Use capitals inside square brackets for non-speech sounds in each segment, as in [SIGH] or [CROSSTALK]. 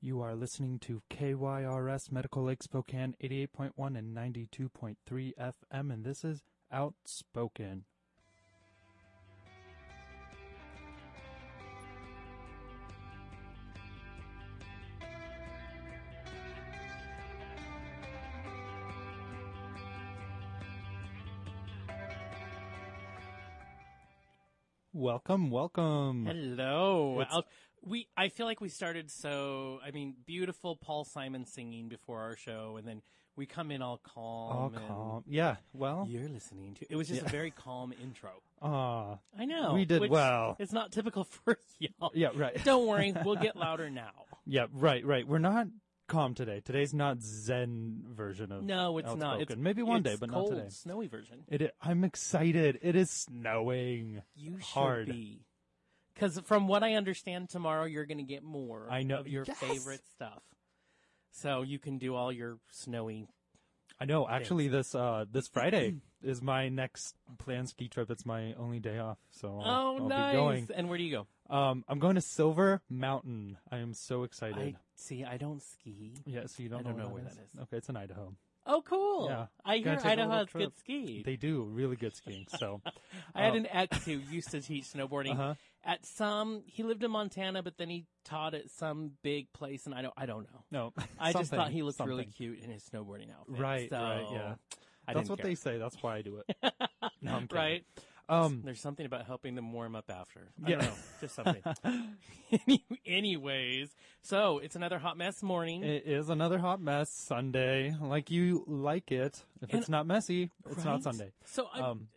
You are listening to KYRS Medical Lake Spokane 88.1 and 92.3 FM, and this is Outspoken. Welcome, welcome. Hello. It's- I'll- we I feel like we started so I mean beautiful Paul Simon singing before our show and then we come in all calm. All and calm. Yeah, well, You're listening to. It was just a very calm intro. ah, [LAUGHS] I know. We did which well. It's not typical [LAUGHS] for y'all. Yeah, right. Don't [LAUGHS] worry, we'll get louder now. yeah, right, right. We're not calm today. Today's not Zen version of No, it's not. It's Outspoken. Maybe one it's day, but cold, not today. Snowy version. It i- I'm excited. It is snowing. You hard. should be. Because from what I understand, tomorrow you're going to get more. I know- of your Yes! favorite stuff. So you can do all your snowy. I know. Actually, this uh this Friday [CLEARS THROAT] is my next planned ski trip. It's my only day off, so I'll, Oh, I'll nice! be going. And where do you go? Um, I'm going to Silver Mountain. I am so I excited. see. I don't ski. yeah, so you don't, I don't know where where that is. Okay, it's in Idaho. Oh, cool! Yeah, I Gotta hear take a Idaho little has trip. good ski. They Oh. do really good skiing. So, [LAUGHS] I had an [LAUGHS] ex who used to teach snowboarding Uh-huh. at some. He lived in Montana, but then he taught at some big place, and I don't. I don't know. no, I just something, thought he looked really something. cute in his snowboarding outfit. Right, So, right, yeah. I That's didn't what care. [LAUGHS] they say. That's why I do it. no, I'm kidding. right? Um, There's something about helping them warm up after. I Yeah. don't know, [LAUGHS] just something. [LAUGHS] Any- Anyways, so it's another hot mess morning. It is another hot mess Sunday, like you like it. If it's not messy, it's not Right? Sunday. Um, So I'm,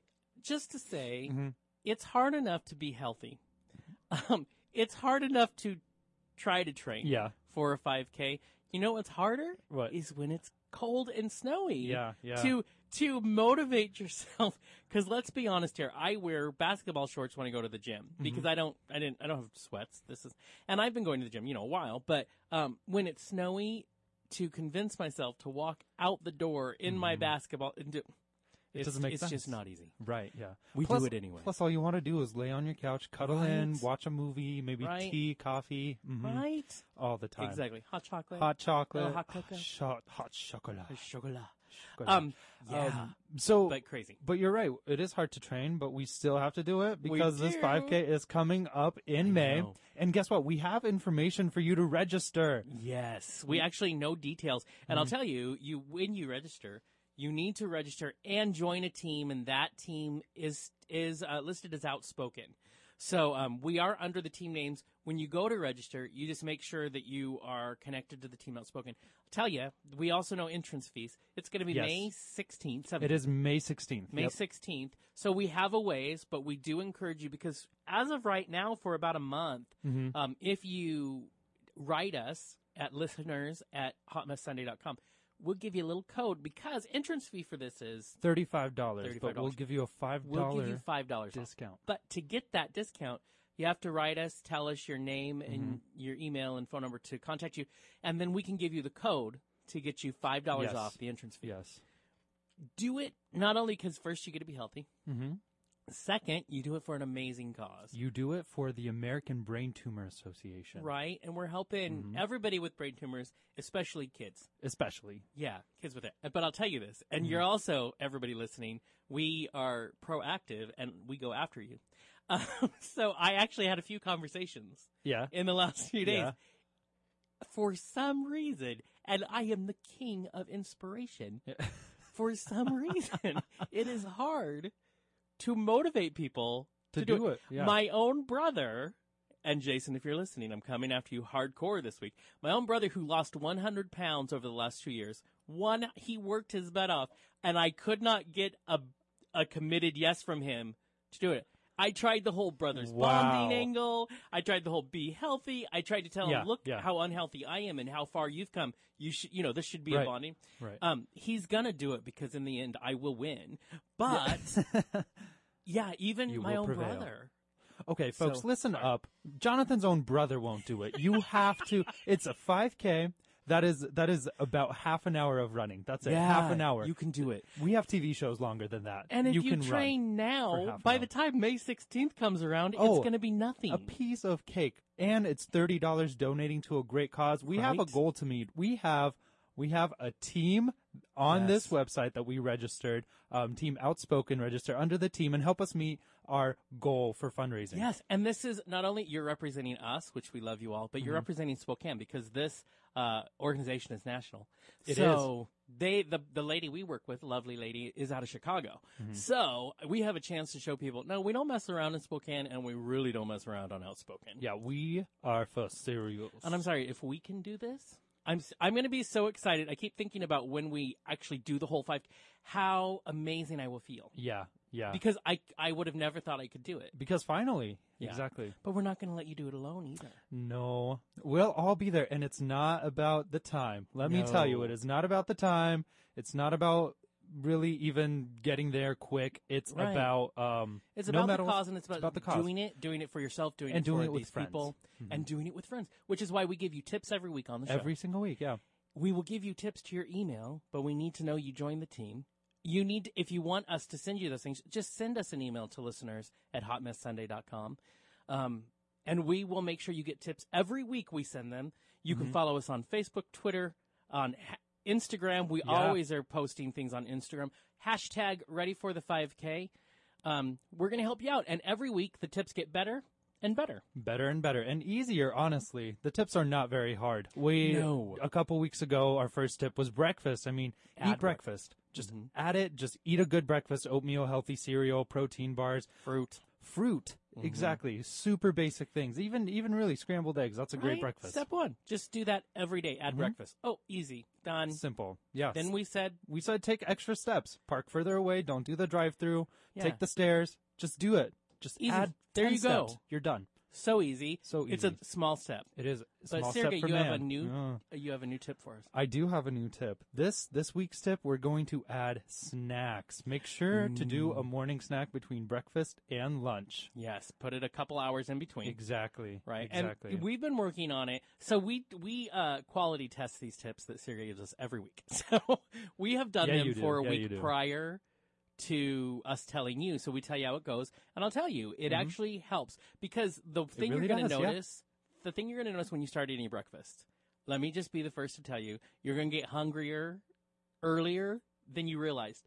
just to say, Mm-hmm. it's hard enough to be healthy. Um, it's hard enough to try to train. Yeah. Four or five K. You know what's harder? What? Is when it's cold and snowy. Yeah, yeah. To, to motivate yourself. [LAUGHS] Cause let's be honest here. I wear basketball shorts when I go to the gym Mm-hmm. because I don't, I didn't, I don't have sweats. This is, and I've been going to the gym, you know, a while, but, um, when it's snowy, to convince myself to walk out the door in my basketball, and do, Mm-hmm. It doesn't make it's sense. just not easy. Right, yeah. We plus, do it anyway. Plus, all you want to do is lay on your couch, cuddle in, Right. watch a movie, maybe Right. tea, coffee, mhm, Right? all the time. Exactly. Hot chocolate. Hot chocolate, Little hot cocoa. shot, hot chocolate. chocolate. chocolate. Um, yeah. Um, so, But crazy. But you're right. It is hard to train, but we still have to do it because this do. 5K is coming up in May. know. And guess what? We have information for you to register. yes. We actually know details. And Mm-hmm. I'll tell you, you, when you register, you need to register and join a team. And that team is, is uh, listed as outspoken. So, um, we are under the team names. When you go to register, you just make sure that you are connected to the team outspoken. I'll tell you, we also know entrance fees. It's going to be Yes. May 16th, 17th. It is May 16th. May Yep. 16th. So we have a ways, but we do encourage you because as of right now, for about a month, Mm-hmm. um, if you write us at [LAUGHS] listeners at hotmesssunday.com, we'll give you a little code because entrance fee for this is $35, but $35. we'll give you a $5 we'll give you five dollars discount. But to get that discount, you have to write us, tell us your name and Mm-hmm. your email and phone number to contact you, and then we can give you the code to get you five dollars Yes. off the entrance fee Yes. do it not only because first you get to be healthy. Mm-hmm. Second, you do it for an amazing cause, You do it for the American Brain Tumor Association. right? And we're helping Mm-hmm. everybody with brain tumors, especially kids. Especially. Yeah, kids with it. But I'll tell you this, and Mm-hmm. you're also everybody listening. We are proactive and we go after you. [LAUGHS] Um, so I actually had a few conversations Yeah. in the last few days. Yeah. For some reason, and I am the king of inspiration. for some [LAUGHS] reason, it is hard to motivate people To to, do it, yeah. My own brother, and Jason, if you're listening, I'm coming after you hardcore this week. My own brother who lost 100 pounds over the last two years. One, he worked his butt off, and I could not get a a committed yes from him to do it. I tried the whole brothers Wow. bonding angle. I tried the whole be healthy. I tried to tell Yeah, him, look yeah. how unhealthy I am and how far you've come. You should, you know, this should be Right, a bonding. right. Um, he's gonna do it because in the end, I will win. But [LAUGHS] yeah, even my will own prevail. brother. Okay, folks, [LAUGHS] So- listen up. Jonathan's own brother won't do it. You have to. It's a 5K. That is that is about half an hour of running. That's it. half an hour. You can do it. we have TV shows longer than that. And if you, can train for now, half by an the time May 16th comes around, Oh, it's going to be nothing. run a piece of cake, and it's thirty dollars donating to a great cause. We have a Right. goal to meet. We have we have a team on this Yes. website that we registered. Um, team Outspoken register under the team and help us meet our goal for fundraising. Yes, and this is not only you're representing us, which we love you all, but Mm-hmm. you're representing Spokane because this uh, organization is national. It so they the the lady we work with, lovely lady, is out of Chicago. Mm-hmm. So we have a chance to show people. No, we don't mess around in Spokane, and we really don't mess around on Outspoken. Yeah, we are for cereals. And I'm sorry if we can do this. I'm s- I'm going to be so excited. I keep thinking about when we actually do the whole five. How amazing I will feel yeah, yeah. because I I would have never thought I could do it. because finally, Yeah. exactly. But we're not going to let you do it alone either. No, we'll all be there, and it's not about the time. Let me tell you, No. it is not about the time. It's not about really even getting there quick. It's Right. about um, It's no about matter the what- cause and it's about, about the cause. doing it, doing it for yourself, doing And it for doing it with these friends. Mm-hmm. people, and doing it with friends, which is why we give you tips every week on the show. every single week. Yeah, we will give you tips to your email, but we need to know you joined the team. You need, to- if you want us to send you those things, just send us an email to listeners at hotmesssunday.com. Um, and we will make sure you get tips every week we send them. You can follow us on Facebook, Twitter, on ha- Instagram. We Yeah. always are posting things on Instagram. Hashtag ready for the 5K. Um, we're going to help you out. And every week the tips get better and better. better and better and easier. Honestly, the tips are not very hard. We No. a couple weeks ago, our first tip was breakfast. I mean, Add Mm-hmm. eat breakfast. Just add it. Just eat a good breakfast: oatmeal, healthy cereal, protein bars. Fruit. Fruit, Mm-hmm. exactly. Super basic things. Even even really scrambled eggs. That's a great Right? breakfast. Mm-hmm. Step one. Just do that every day. Add breakfast. Oh, easy. Done. Simple. Yes. Then we said, we said take extra steps. Park further away. Don't do the drive through. Yeah. Take the stairs. Just do it. Just Easy. add. There 10 you go. steps. You're done. so easy. So It's a easy. small step. It is. a But small Sergey, step for you have a man. new uh, Yeah. you have a new tip for us. I do have a new tip. This this week's tip, we're going to add snacks. Make sure to do Mm. a morning snack between breakfast and lunch. Yes, put it a couple hours in between. Exactly. Right. Exactly. And we've been working on it. So we we uh quality test these tips that Sergey gives us every week. [LAUGHS] So we have done Yeah, them you do. for a Yeah, you week do. prior to us telling you. So we tell you how it goes. And I'll tell you, it actually helps because the thing Mm-hmm. really you're gonna does, yeah. notice the thing you're gonna notice when you start eating breakfast, let me just be the first to tell you, you're gonna get hungrier earlier than you realized.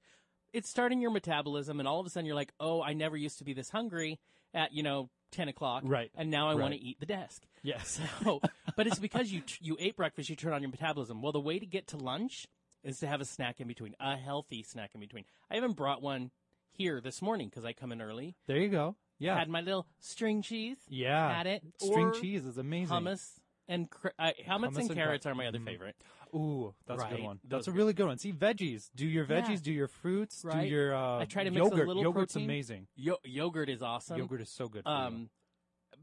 It's starting your metabolism, and all of a sudden you're like, "Oh, I never used to be this hungry at you know ten o'clock, Right. And now I want to Right. eat the desk." yes. [LAUGHS] So, but it's because you you ate breakfast, you turn on your metabolism. Well, the way to get to lunch is to have a snack in between, a healthy snack in between. I even brought one here this morning because I come in early. There you go. Yeah. Had my little string cheese, yeah. had it, String or cheese is amazing. hummus and cr- uh, hummus, Hummus and, and cra- carrots are my other Mhm. favorite. Ooh, that's a Right. good one. Those That's a are- really good one. See, veggies. Do your Yeah. veggies. Do your fruits. Right. Do your. Uh, I try to mix a yogurt. little Yogurt's protein. amazing. Yo- yogurt is awesome. Yogurt is so good. For you. um,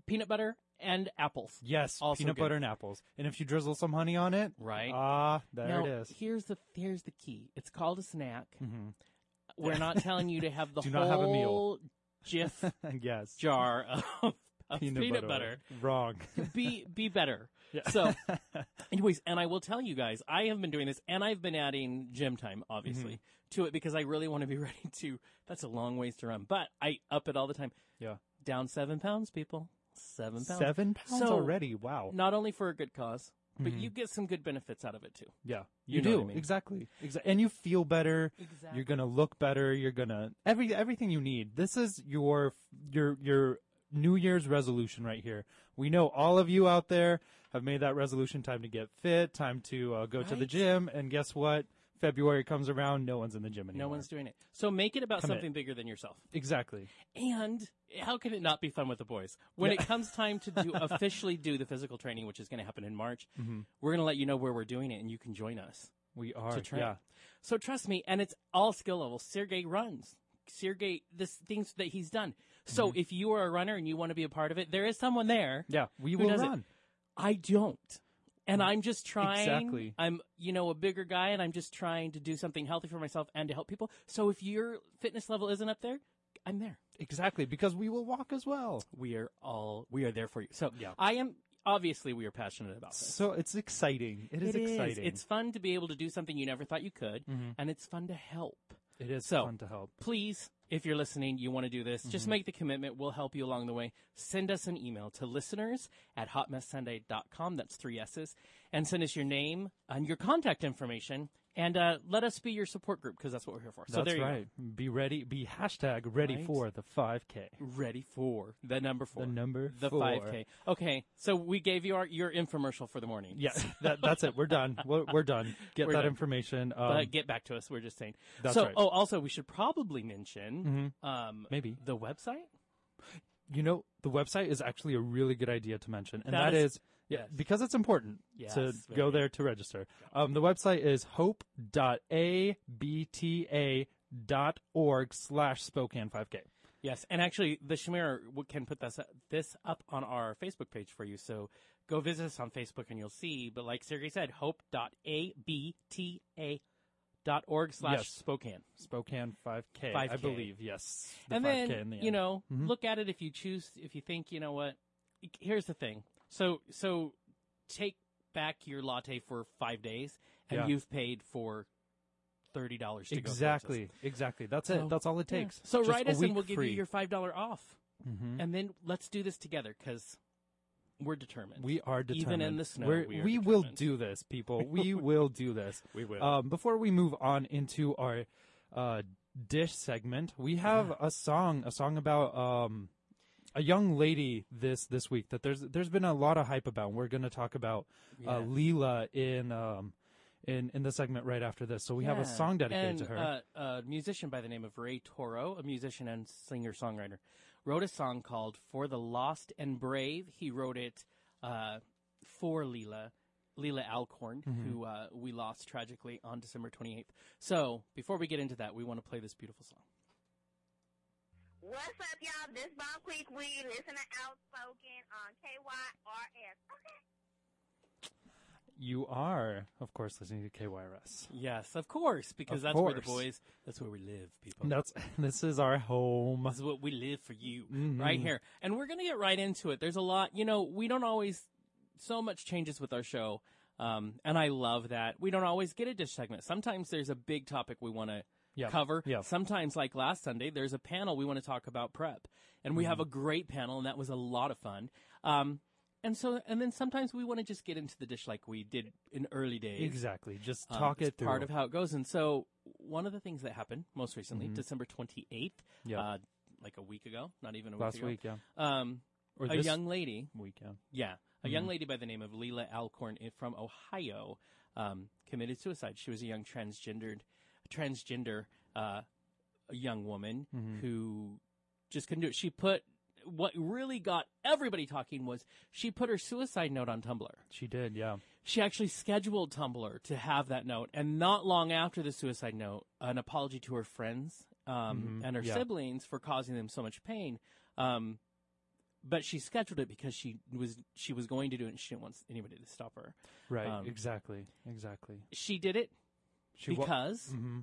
peanut butter and apples. Yes, also peanut good. butter and apples. And if you drizzle some honey on it, Right. Ah, there now, it is. [LAUGHS] here's the here's the key. It's called a snack. Mhm. We're not telling you to have [LAUGHS] the Do whole not have a meal. jiff [LAUGHS] yes. jar of, of peanut, butter. Wrong. [LAUGHS] Be be better. Yeah. [LAUGHS] So, anyways, and I will tell you guys, I have been doing this, and I've been adding gym time, obviously, Mm-hmm. to it because I really want to be [LAUGHS] ready to. That's a long ways to run, but I up it all the time. Yeah. down seven pounds, people. Seven pounds. Seven pounds So- already. Wow. Not only for a good cause, but Mhm. you get some good benefits out of it too. Yeah. You You, know do what I mean. exactly. Exactly. And you feel better. Exactly. You're gonna look better. You're gonna every everything you need. This is your your your New Year's resolution right here. We know all of you out there have made that resolution. Time to get fit. Time to uh, go to the Right. gym. And guess what? February comes around. No one's in the gym anymore. No one's doing it. So make it about Commit. something bigger than yourself. exactly. And how can it not be fun with the boys? When it comes time to do officially do the physical training, which is going to happen in March, we're going to let you know where we're doing it and you can join us We are. to train. Yeah. So trust me, and it's all skill level. Sergey runs. Sergey, this things that he's done. So if you are a runner and you want to be a part of it, there is someone there. Yeah. We Who will does it? run. I don't. And I'm just trying. Exactly. I'm, you know, a bigger guy and I'm just trying to do something healthy for myself and to help people. So if your fitness level isn't up there, I'm there. Exactly, because we will walk as well. we are all we are there for you. So Yeah. I am obviously we are passionate about this. So it's exciting. It is It is. exciting. It's Mm-hmm. fun to be able to do something you never thought you could, and it's fun to help. it is so- fun to help. Please, if you're listening, you want to do this, Mm-hmm. just make the commitment. We'll help you along the way. Send us an email to listeners at hotmesssunday.com. That's three S's. And send us your name and your contact information. And uh, let us be your support group because that's what we're here for. So That's there you right. Be ready. Be hashtag ready Right. for the [LAUGHS] 5K. go. Ready for the number four. The number the four. 5K. Okay, so we gave you our your infomercial for the morning. Yeah, [LAUGHS] that, that's it. We're done. We're, we're done. Get We're that done. information. Um, But Uh, get back to us. We're just saying. That's so, right. Mm-hmm. oh, also, we should probably mention um, Maybe. the website. you know, the website is actually a really good idea to mention, and That that is- is, yeah, yes. because it's important to Yes, go very. there to register. Um, the website is hope.abta.org slash Spokane 5K. Yes, and actually, the Shemir can put this this up on our Facebook page for you. So go visit us on Facebook, and you'll see. But like Sergey said, hope.abta.org slash Yes. Spokane. Spokane 5K, I 5K. believe, yes. The and 5K then in the you end. know Mhm. look at it if you choose if you think you know what here's the thing so so take back your latte for five days and Yeah. you've paid for thirty dollars to go Exactly, exactly. That's it. So- That's all it to takes. so Just write a us and week we'll give free. you your five dollar off Mhm. and then let's do this together because we're determined We are determined. Even in the snow, We're- we are will determined. do this, [LAUGHS] people. We will do this. We will. Um, before we move on into our uh, dish segment, we have a song, a song about um, a young lady this this week that there's there's been a lot of hype about. And we're going to talk about uh, Yes. Leela in um, in in the segment right after this. So we have a Yeah. song dedicated and, to her. Uh, a musician by the name of Ray Toro, a musician and singer songwriter, wrote a song called For the Lost and Brave. He wrote it uh, for Leela. Leela Alcorn, Mm-hmm. who uh, we lost tragically on December 28th. So, before we get into that, we want to play this beautiful song. What's up, y'all? This Bob Quick. We listen to Outspoken um, on KYRS. Okay. you are, of course, listening to KYRS. Yes, of course, because Of that's where the course. boys, that's where we live, people. That's [LAUGHS] this is our home. This is what we live for you right Mm-hmm. here. And we're going to get right into it. There's a lot, you know, we don't always, so much changes with our show. Um, and I love that. We don't always get a dish segment. Sometimes there's a big topic we want to Yeah. cover. Yeah. Sometimes, like last Sunday, there's a panel we want to talk about prep. And we have Mm-hmm. a great panel, and that was a lot of fun. Um, and so, and then sometimes we want to just get into the dish like we did in early days. Exactly. Just Um, talk it's it through. Part of how it goes. And so, one of the things that happened most recently, Mhm. December 28th, Yeah. uh, like a week ago, not even a week last ago, week, yeah, um, or a this Mm-hmm. young lady, weekend. yeah, a young lady by the name of Leela Alcorn i- from Ohio um, committed suicide. She was a young transgendered, transgender, uh, a young woman Mm-hmm. who just couldn't do it. She put what really got everybody talking was she put her suicide note on Tumblr She did, yeah. she actually scheduled Tumblr to have that note, and not long after the suicide note, an apology to her friends um, Mhm, and her yeah. siblings for causing them so much pain. Um, but she scheduled it because she was she was going to do it, and she didn't want anybody to stop her. Right, Um, exactly, exactly. She did it She wa- because hmm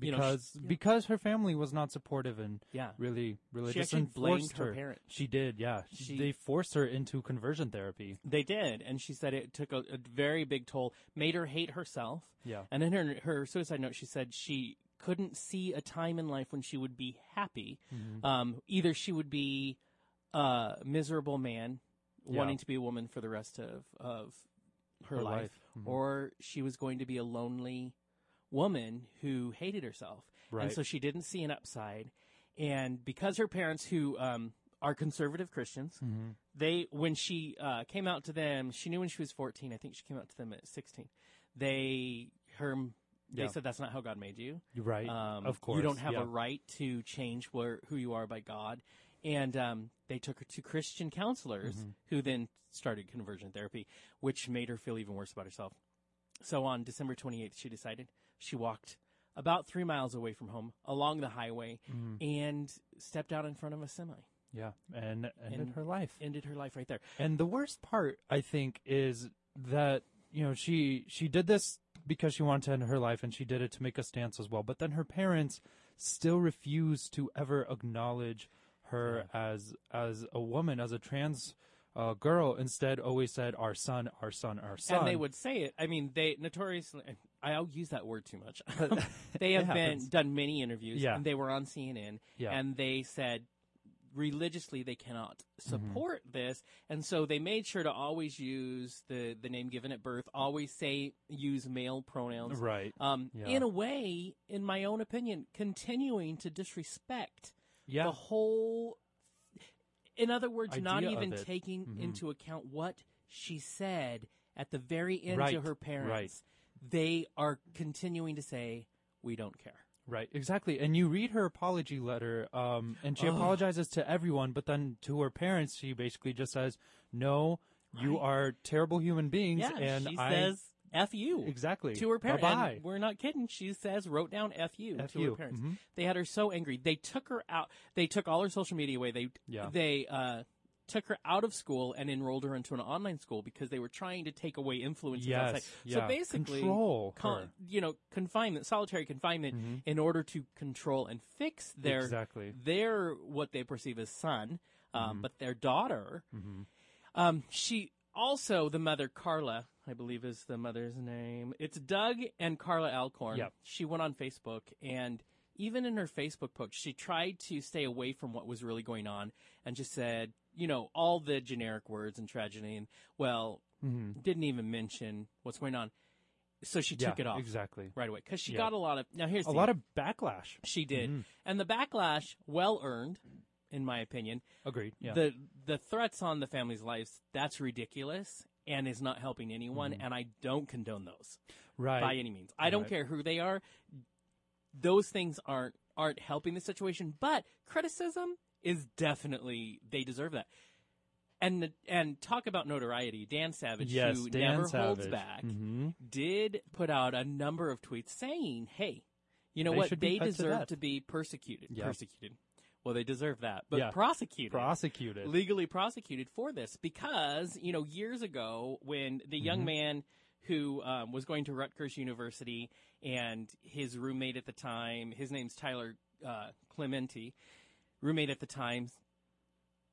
you know, because she- yeah. because her family was not supportive and yeah, really really She just actually blamed enforced her her. parents. She did, yeah. She, She- they forced her into conversion therapy. they did, and she said it took a, a very big toll, made her hate herself. Yeah, And in her her suicide note, she said she couldn't see a time in life when she would be happy. Um, either she would be a miserable man Yeah. wanting to be a woman for the rest of of her, Her life, life. Mhm. or she was going to be a lonely woman who hated herself. And Right. so she didn't see an upside. And because her parents, who um, are conservative Christians, Mm-hmm. they when she uh, came out to them, she knew when she was fourteen. I think she came out to them at sixteen. They her they Yeah. said that's not how God made you. You're right. Um, of course, you don't have yeah. a right to change where who you are by God. And um, they took her to Christian counselors, Mm-hmm. who then started conversion therapy, which made her feel even worse about herself. So on December 28th, she decided she walked about three miles away from home along the highway Mm-hmm. and stepped out in front of a semi. yeah, and ended and- her life. Ended her life right there. And the worst part, I think, is that you know she she did this because she wanted to end her life, and she did it to make a stance as well. But then her parents still refused to ever acknowledge her as as a woman, as a trans uh, girl instead always said our son, our son, our son. And they would say it. I mean, they notoriously. I'll use that word too [LAUGHS] much. But- they have It been happens. done many interviews. Yeah. And they were on CNN, Yeah. and they said religiously they cannot support Mm-hmm. this, and so they made sure to always use the the name given at birth. Always say use male pronouns. right. Um, Yeah. in a way, in my own opinion, continuing to disrespect Yeah. the whole in other words not Idea of even it. taking Mhm. into account what she said at the very end to Right, her parents they are continuing to say we don't care Right, exactly. And you read her apology letter, um, and she Ugh. apologizes to everyone, but then to her parents, she basically just says, "No, you Right. are terrible human beings." yeah and she I says f you exactly to her parents And Bye we're not kidding she says wrote down f you F to you. her parents Mhm. they had her so angry they took her out they took all her social media away they Yeah. they uh Took her out of school and enrolled her into an online school because they were trying to take away influences Yes, outside. yeah. So basically, control con- her. you know confinement solitary confinement Mhm. in order to control and fix their exactly. their what they perceive as son um, Mhm. but their daughter hmm um, she also the mother carla i believe is the mother's name it's doug and carla alcorn Yep. she went on facebook and even in her facebook post she tried to stay away from what was really going on and just said you know all the generic words and tragedy and well hmm didn't even mention what's going on so she took it off exactly. right away because she Yeah. got a lot of now here's A the lot of backlash. she did Mhm. and the backlash well earned in my opinion Agreed. Yeah. the the threats on the family's lives that's ridiculous and is not helping anyone and i don't condone those Mm-hmm. right. by any means i don't Right. care who they are those things aren't aren't helping the situation but criticism is definitely they deserve that and and talk about notoriety dan savage yes. who Dan never Savage. holds back hmm did put out a number of tweets saying, "Hey, you know They what? should be They put to deserve to, death." be persecuted. Yeah. Persecuted. Well, they deserve that, but Yeah. prosecuted, Prosecuted. legally prosecuted for this because you know years ago when the young Mhm. man who um, was going to Rutgers University and his roommate at the time, his name's Tyler uh, Clementi, roommate at the time,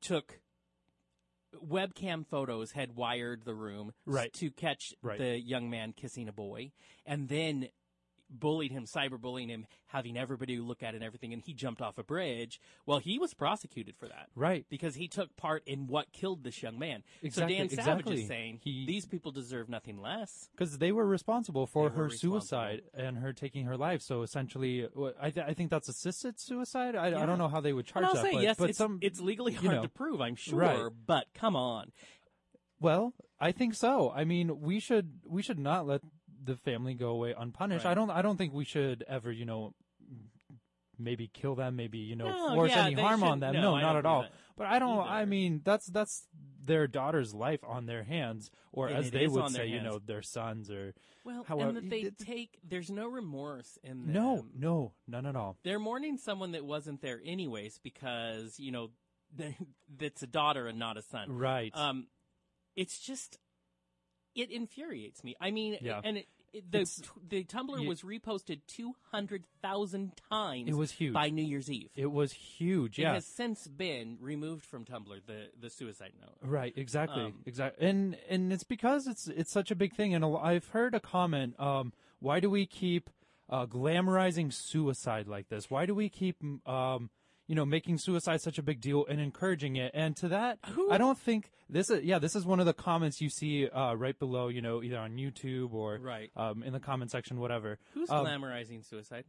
took webcam photos had wired the room s- Right. to catch Right. the young man kissing a boy and then bullied him cyberbullying him having everybody look at it and everything and he jumped off a bridge well he was prosecuted for that right. because he took part in what killed this young man Exactly. so dan savage exactly. is saying he these people deserve nothing less because they were responsible for They were her suicide and her taking her life. So essentially, wh- I, th- I think that's assisted suicide. I, Yeah. I don't know how they would charge and I'll that, say but, yes, but it's, some it's legally you hard know. to prove, I'm sure, Right. but come on. well, I think so. I mean, we should we should not let the family go away unpunished. Right. I don't I don't think we should ever you know maybe kill them, maybe you know No, force yeah, any they harm on them. shouldn't- no, No, I not don't at all. either. But I don't. I Either. mean, that's that's their daughter's life on their hands, or And as it they is would on their say, you hands. know, their sons or Well, However, and that you they did- take, there's no remorse in them. no, no, none at all. They're mourning someone that wasn't there anyways because, you know, [LAUGHS] they- that's a daughter and not a son. Right. Um, it's just, it infuriates me. I mean, Yeah. and it, it, the, It's- t- the Tumblr you- was reposted 200,000 times it was huge. by New Year's Eve. It was huge. It Yeah. has since been removed from Tumblr, the, the suicide note. Right, exactly, Um, exactly, and and it's because it's it's such a big thing, and a lo- I've heard a comment. Um, why do we keep uh, glamorizing suicide like this? Why do we keep mm, um, you know, making suicide such a big deal and encouraging it? And to that, Who- I don't think this is yeah, this is one of the comments you see uh, right below, you know, either on YouTube or Right. um, in the comment section, whatever. Who's Um, glamorizing suicide?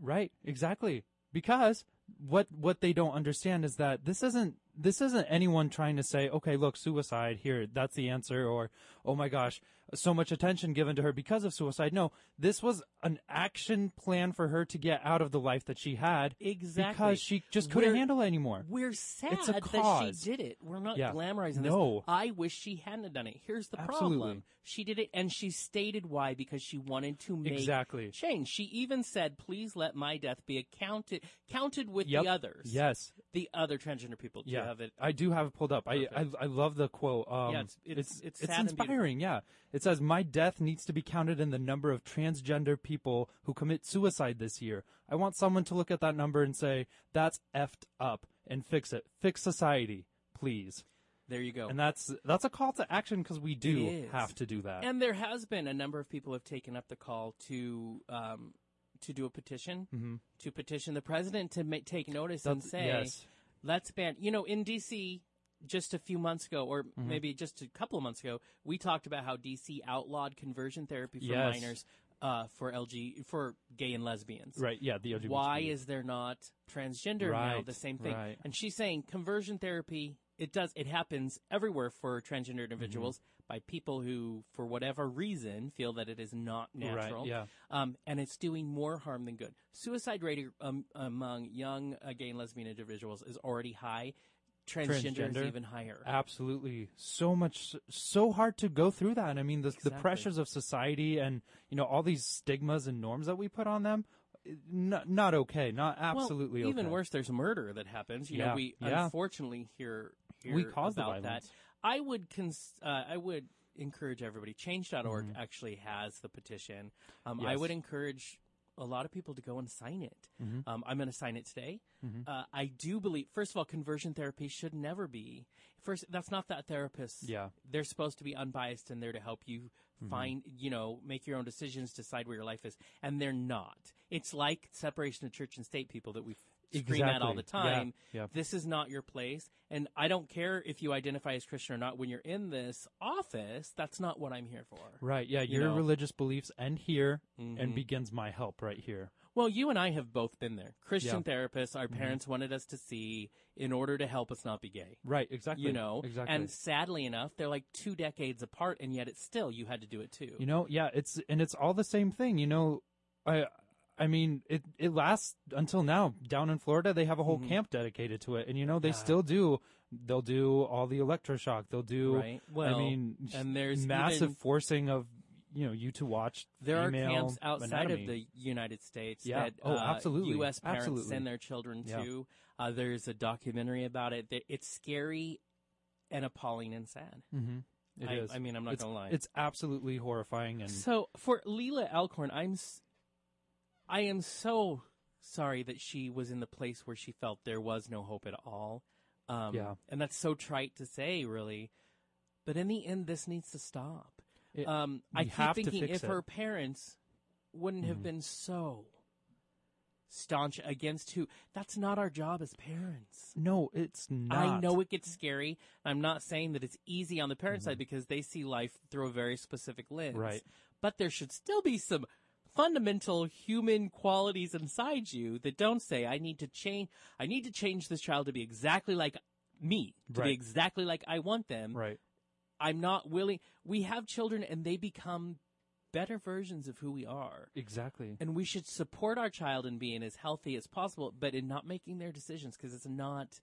Right, exactly. Because what what they don't understand is that this isn't this isn't anyone trying to say, okay, look, suicide here, that's the answer, or oh my gosh, so much attention given to her because of suicide. No, this was an action plan for her to get out of the life that she had Exactly. because she just couldn't We're- handle it anymore. We're sad It's a that cause. she did it. We're not Yeah. glamorizing this. No. I wish she hadn't done it. Here's the problem. Absolutely. She did it and she stated why because she wanted to make Exactly. change. She even said, "Please let my death be accounted counted with Yep. the others." Yes. The other transgender people. Do you Yeah. have it? I do have it pulled up. I, I Perfect. I love the quote. Um, Yeah, it's- it's- it's sad and beautiful. inspiring. Yeah, it says my death needs to be counted in the number of transgender people who commit suicide this year. I want someone to look at that number and say that's effed up and fix it. Fix society, please. There you go. And that's that's a call to action because we do is. have to do that. And there has been a number of people have taken up the call to um, to do a petition Mhm. to petition the president to ma- take notice and That's- say yes. let's ban. You know, in D.C. just a few months ago, or maybe just a couple of months ago, we talked about how D.C. outlawed conversion therapy for Yes. minors uh, for LG for gay and lesbians. Right. Yeah. The LGBT. Why is there not transgender now Right, the same thing? right. And she's saying conversion therapy it does it happens everywhere for transgender individuals Mm-hmm. by people who for whatever reason feel that it is not natural. yeah. Um, and it's doing more harm than good. Suicide rate um, among young uh, gay and lesbian individuals is already high. Transgender, is Transgender? even higher. Absolutely. So much, so hard to go through that. And I mean, the, Exactly. the pressures of society and, you know, all these stigmas and norms that we put on them, not, not okay. Not Well, absolutely okay. Even worse, there's murder that happens. You know, Yeah, we yeah. unfortunately hear, hear We cause the about that. violence. I would cons- uh, I would encourage everybody. Change.org actually has the petition. Um, I Mm-hmm. Yes. would encourage a lot of people to go and sign it. Mm-hmm. Um, I'm going to sign it today. Uh, I do believe, first of all, conversion therapy should never be. First, that's not that therapist. Yeah. They're supposed to be unbiased and there to help you Mm-hmm. find, you know, make your own decisions, decide where your life is. And they're not. It's like separation of church and state people that we scream at all the Exactly. Yeah. time. Yeah. This is not your place. And I don't care if you identify as Christian or not. When you're in this office, that's not what I'm here for. Right. Yeah. you Your know. religious beliefs end here Mhm. and begins my help right here. Well, you and I have both been there. Christian therapists, our Mhm. parents wanted us to see in order to help us not be gay. Right. Exactly. You know, exactly. and sadly enough, they're like two decades apart, and yet it's still you had to do it too. You know, yeah, it's and it's all the same thing. You know, I I mean, it it lasts until now. Down in Florida, they have a whole Mhm. camp dedicated to it, and you know, they Yeah. still do. They'll do all the electroshock. They'll do. right? Well, I mean, and there's massive even- forcing of you know you to watch. there are female camps outside anatomy. of the United States Yeah. that Oh, uh, absolutely. U.S. parents Absolutely. send their children Yeah. to. Uh, there's a documentary about it. That it's scary and appalling and sad. Mhm. It I, is. I mean, I'm not it's, gonna lie. It's absolutely horrifying and So for Leela Alcorn, I'm, s- I am so sorry that she was in the place where she felt there was no hope at all. Um, Yeah. and that's so trite to say, really. But in the end, this needs to stop. It- um, I we keep have to thinking fix if her it. parents wouldn't have Mhm. been so staunch against who, that's not our job as parents. no, it's not. I know it gets scary. I'm not saying that it's easy on the parent side because they see life through a very specific lens. Mm-hmm. Right. But there should still be some fundamental human qualities inside you that don't say, I need to change, I need to change this child to be exactly like me, to be Right. exactly like I want them. Right. I'm not willing. We have children and they become better versions of who we are. Exactly. And we should support our child in being as healthy as possible, but in not making their decisions because it's not,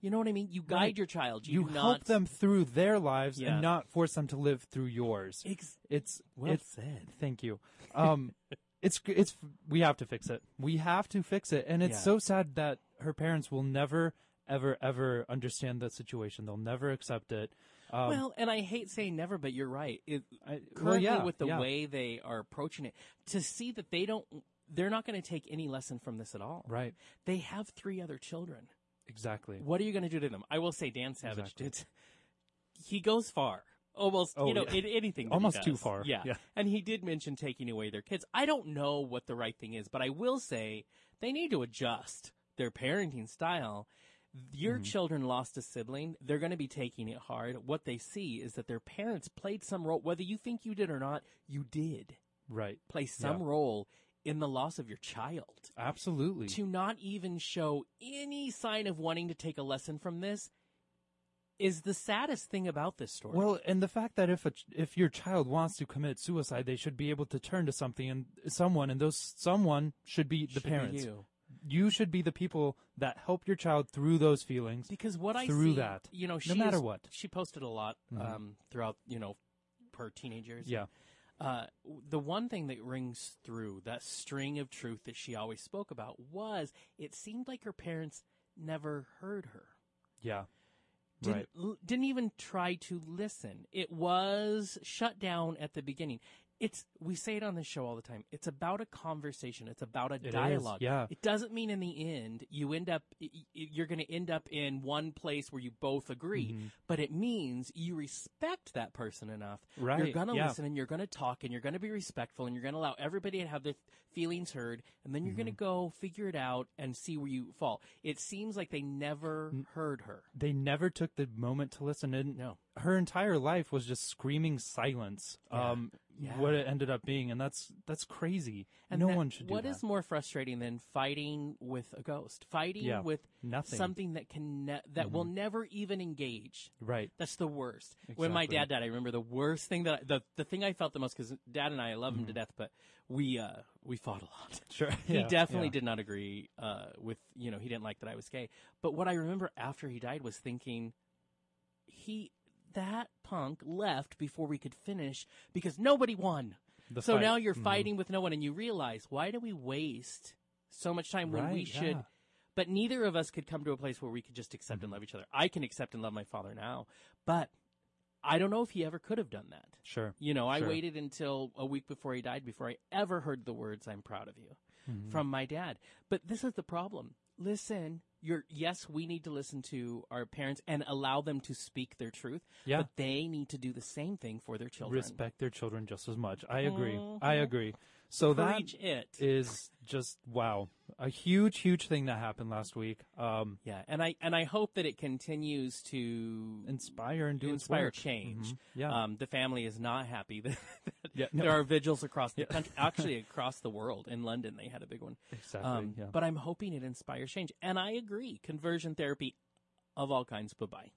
you know what I mean? You guide Right. your child. You, You do help not- them through their lives Yeah. and not force them to live through yours. Ex- It's well it's said. Thank you. [LAUGHS] Um, it's it's we have to fix it. We have to fix it, and it's Yeah. so sad that her parents will never, ever, ever understand the situation. They'll never accept it. Um, well, and I hate saying never, but you're right. It, I, well, currently, yeah, with the yeah. way they are approaching it, to see that they don't, they're not going to take any lesson from this at all. right, They have three other children. exactly. What are you going to do to them? I will say Dan Savage Exactly. did. [LAUGHS] He goes far. Almost, Oh, you know, yeah. in anything. that he Almost too does. far. Yeah. Yeah. And he did mention taking away their kids. I don't know what the right thing is, but I will say they need to adjust their parenting style. Your Mm-hmm. children lost a sibling. They're going to be taking it hard. What they see is that their parents played some role, whether you think you did or not, you did Right, play some role in the loss of your child absolutely. to not even show any sign of wanting to take a lesson from this is the saddest thing about this story. Well, and the fact that if a, ch- if your child wants to commit suicide, they should be able to turn to something and someone, and those someone should be the Should be parents. you. You should be the people that help your child through those feelings. because what I through see, that, you know, no she matter is- what. Mm-hmm. she posted a lot um, throughout, you know, her teenagers. Yeah, Uh, w- the one thing that rings through that string of truth that she always spoke about was it seemed like her parents never heard her. yeah, didn't Right. l- didn't even try to listen. It was shut down at the beginning. It's we say it on the show all the time. It's about a conversation. It's about a is, dialogue. yeah. It doesn't mean in the end you end up y- y- you're going to end up in one place where you both agree, Mhm. but it means you respect that person enough. You're Right, going to yeah. listen and you're going to talk and you're going to be respectful and you're going to allow everybody to have their feelings heard and then you're going to Mm-hmm. go figure it out and see where you fall. It seems like they never Mm. heard her. They never took the moment to listen. And No. her entire life was just screaming silence. Yeah. Um, Yeah. what it ended up being, and that's that's crazy. And no that- one should do that. What is more frustrating than fighting with a ghost? Fighting Yeah, with nothing. Mm-hmm. something that can ne- that will never even engage. right? That's the worst. When my Exactly. dad died, I remember the worst thing that I, the the thing I felt the most because dad and I, I love him to death, but we uh we fought a lot. Mm-hmm. [LAUGHS] Sure. He Yeah, definitely yeah. did not agree uh, with, you know, he didn't like that I was gay. But what I remember after he died was thinking, he, that punk left before we could finish because nobody won. The so fight. now you're Mhm. fighting with no one and you realize, why do we waste so much time when we Right, should? yeah. Mm-hmm. But neither of us could come to a place where we could just accept and love each other. I can accept and love my father now, but I don't know if he ever could have done that. Sure. You know, I Sure. waited until a week before he died before I ever heard the words "I'm proud of you" Mm-hmm. from my dad. But this is the problem. Listen, you're yes, we need to listen to our parents and allow them to speak their truth. Yeah. But they need to do the same thing for their children. Mm-hmm. Respect their children just as much. I agree. I agree. So that Preach it. is just wow, a huge, huge thing that happened last week. Um, yeah, and I and I hope that it continues to inspire and do its inspire work. change. Mhm. Yeah. Um, the family is not happy [LAUGHS] that, that Yeah, no. there are vigils across the country, [LAUGHS] actually across the world. In London, they had a big one. Exactly, yeah. um, But I'm hoping it inspires change. And I agree. Conversion therapy of all kinds, bye bye.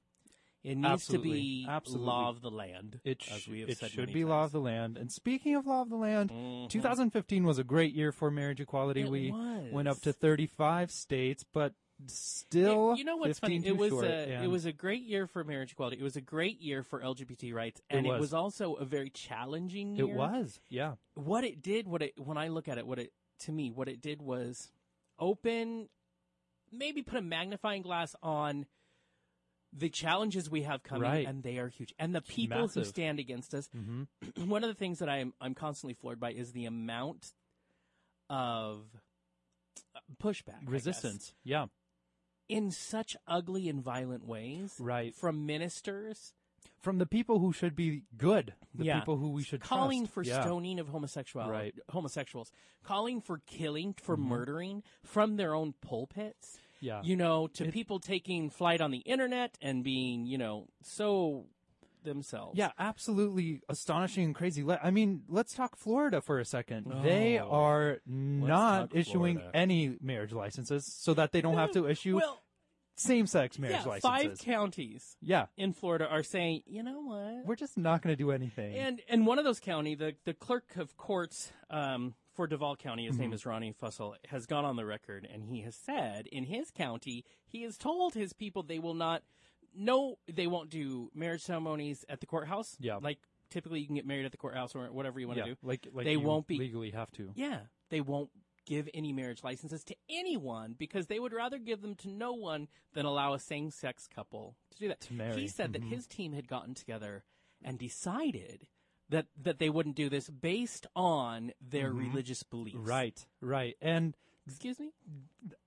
It needs Absolutely. to be Absolutely. law of the land. It, as sh- we have it said should many be law of times. Mm-hmm. the land. And speaking of law of the land, 2015 was a great year for marriage equality. It we went was. up to 35 states, but still, It- you know what's 15 funny? too It was short, a it and- was a great year for marriage equality. It was a great year for LGBT rights, and it was, was. also a very challenging year. it was yeah what it did what it when i look at it what it to me what it did was open maybe put a magnifying glass on the challenges we have coming Right. and they are huge and the people who massive. stand against us [CLEARS THROAT] Mhm. one of the things that i'm i'm constantly floored by is the amount of pushback I guess, resistance yeah in such ugly and violent ways Right. from ministers from the people who should be good, the Yeah. people who we should calling trust. for yeah. stoning of homosexuality, Right. Mm-hmm. homosexuals, calling for killing, for murdering from their own pulpits. Yeah. You know, to people taking flight on the internet and being, you know, so themselves. Yeah, absolutely astonishing and crazy. Let- I mean, let's talk Florida for a second. they Oh. are not talk issuing Florida. any marriage licenses so that they don't have to issue Well, same-sex yeah, marriage five licenses. counties yeah, in Florida are saying, you know what? we're just not going to do anything. And and one of those county, the the clerk of courts um, for Duval County, his Mm-hmm. name is Ronnie Fussell, has gone on the record and he has said in his county he has told his people they will not, no, they won't do marriage ceremonies at the courthouse. Yeah. like typically you can get married at the courthouse or whatever you want yeah, to do. like like They you won't be- legally have to. Yeah, they won't give any marriage licenses to anyone because they would rather give them to no one than allow a same sex couple to do that. To marry. Mm-hmm. He said that his team had gotten together and decided that that they wouldn't do this based on their religious beliefs. Mm-hmm. Right, right, and Excuse me?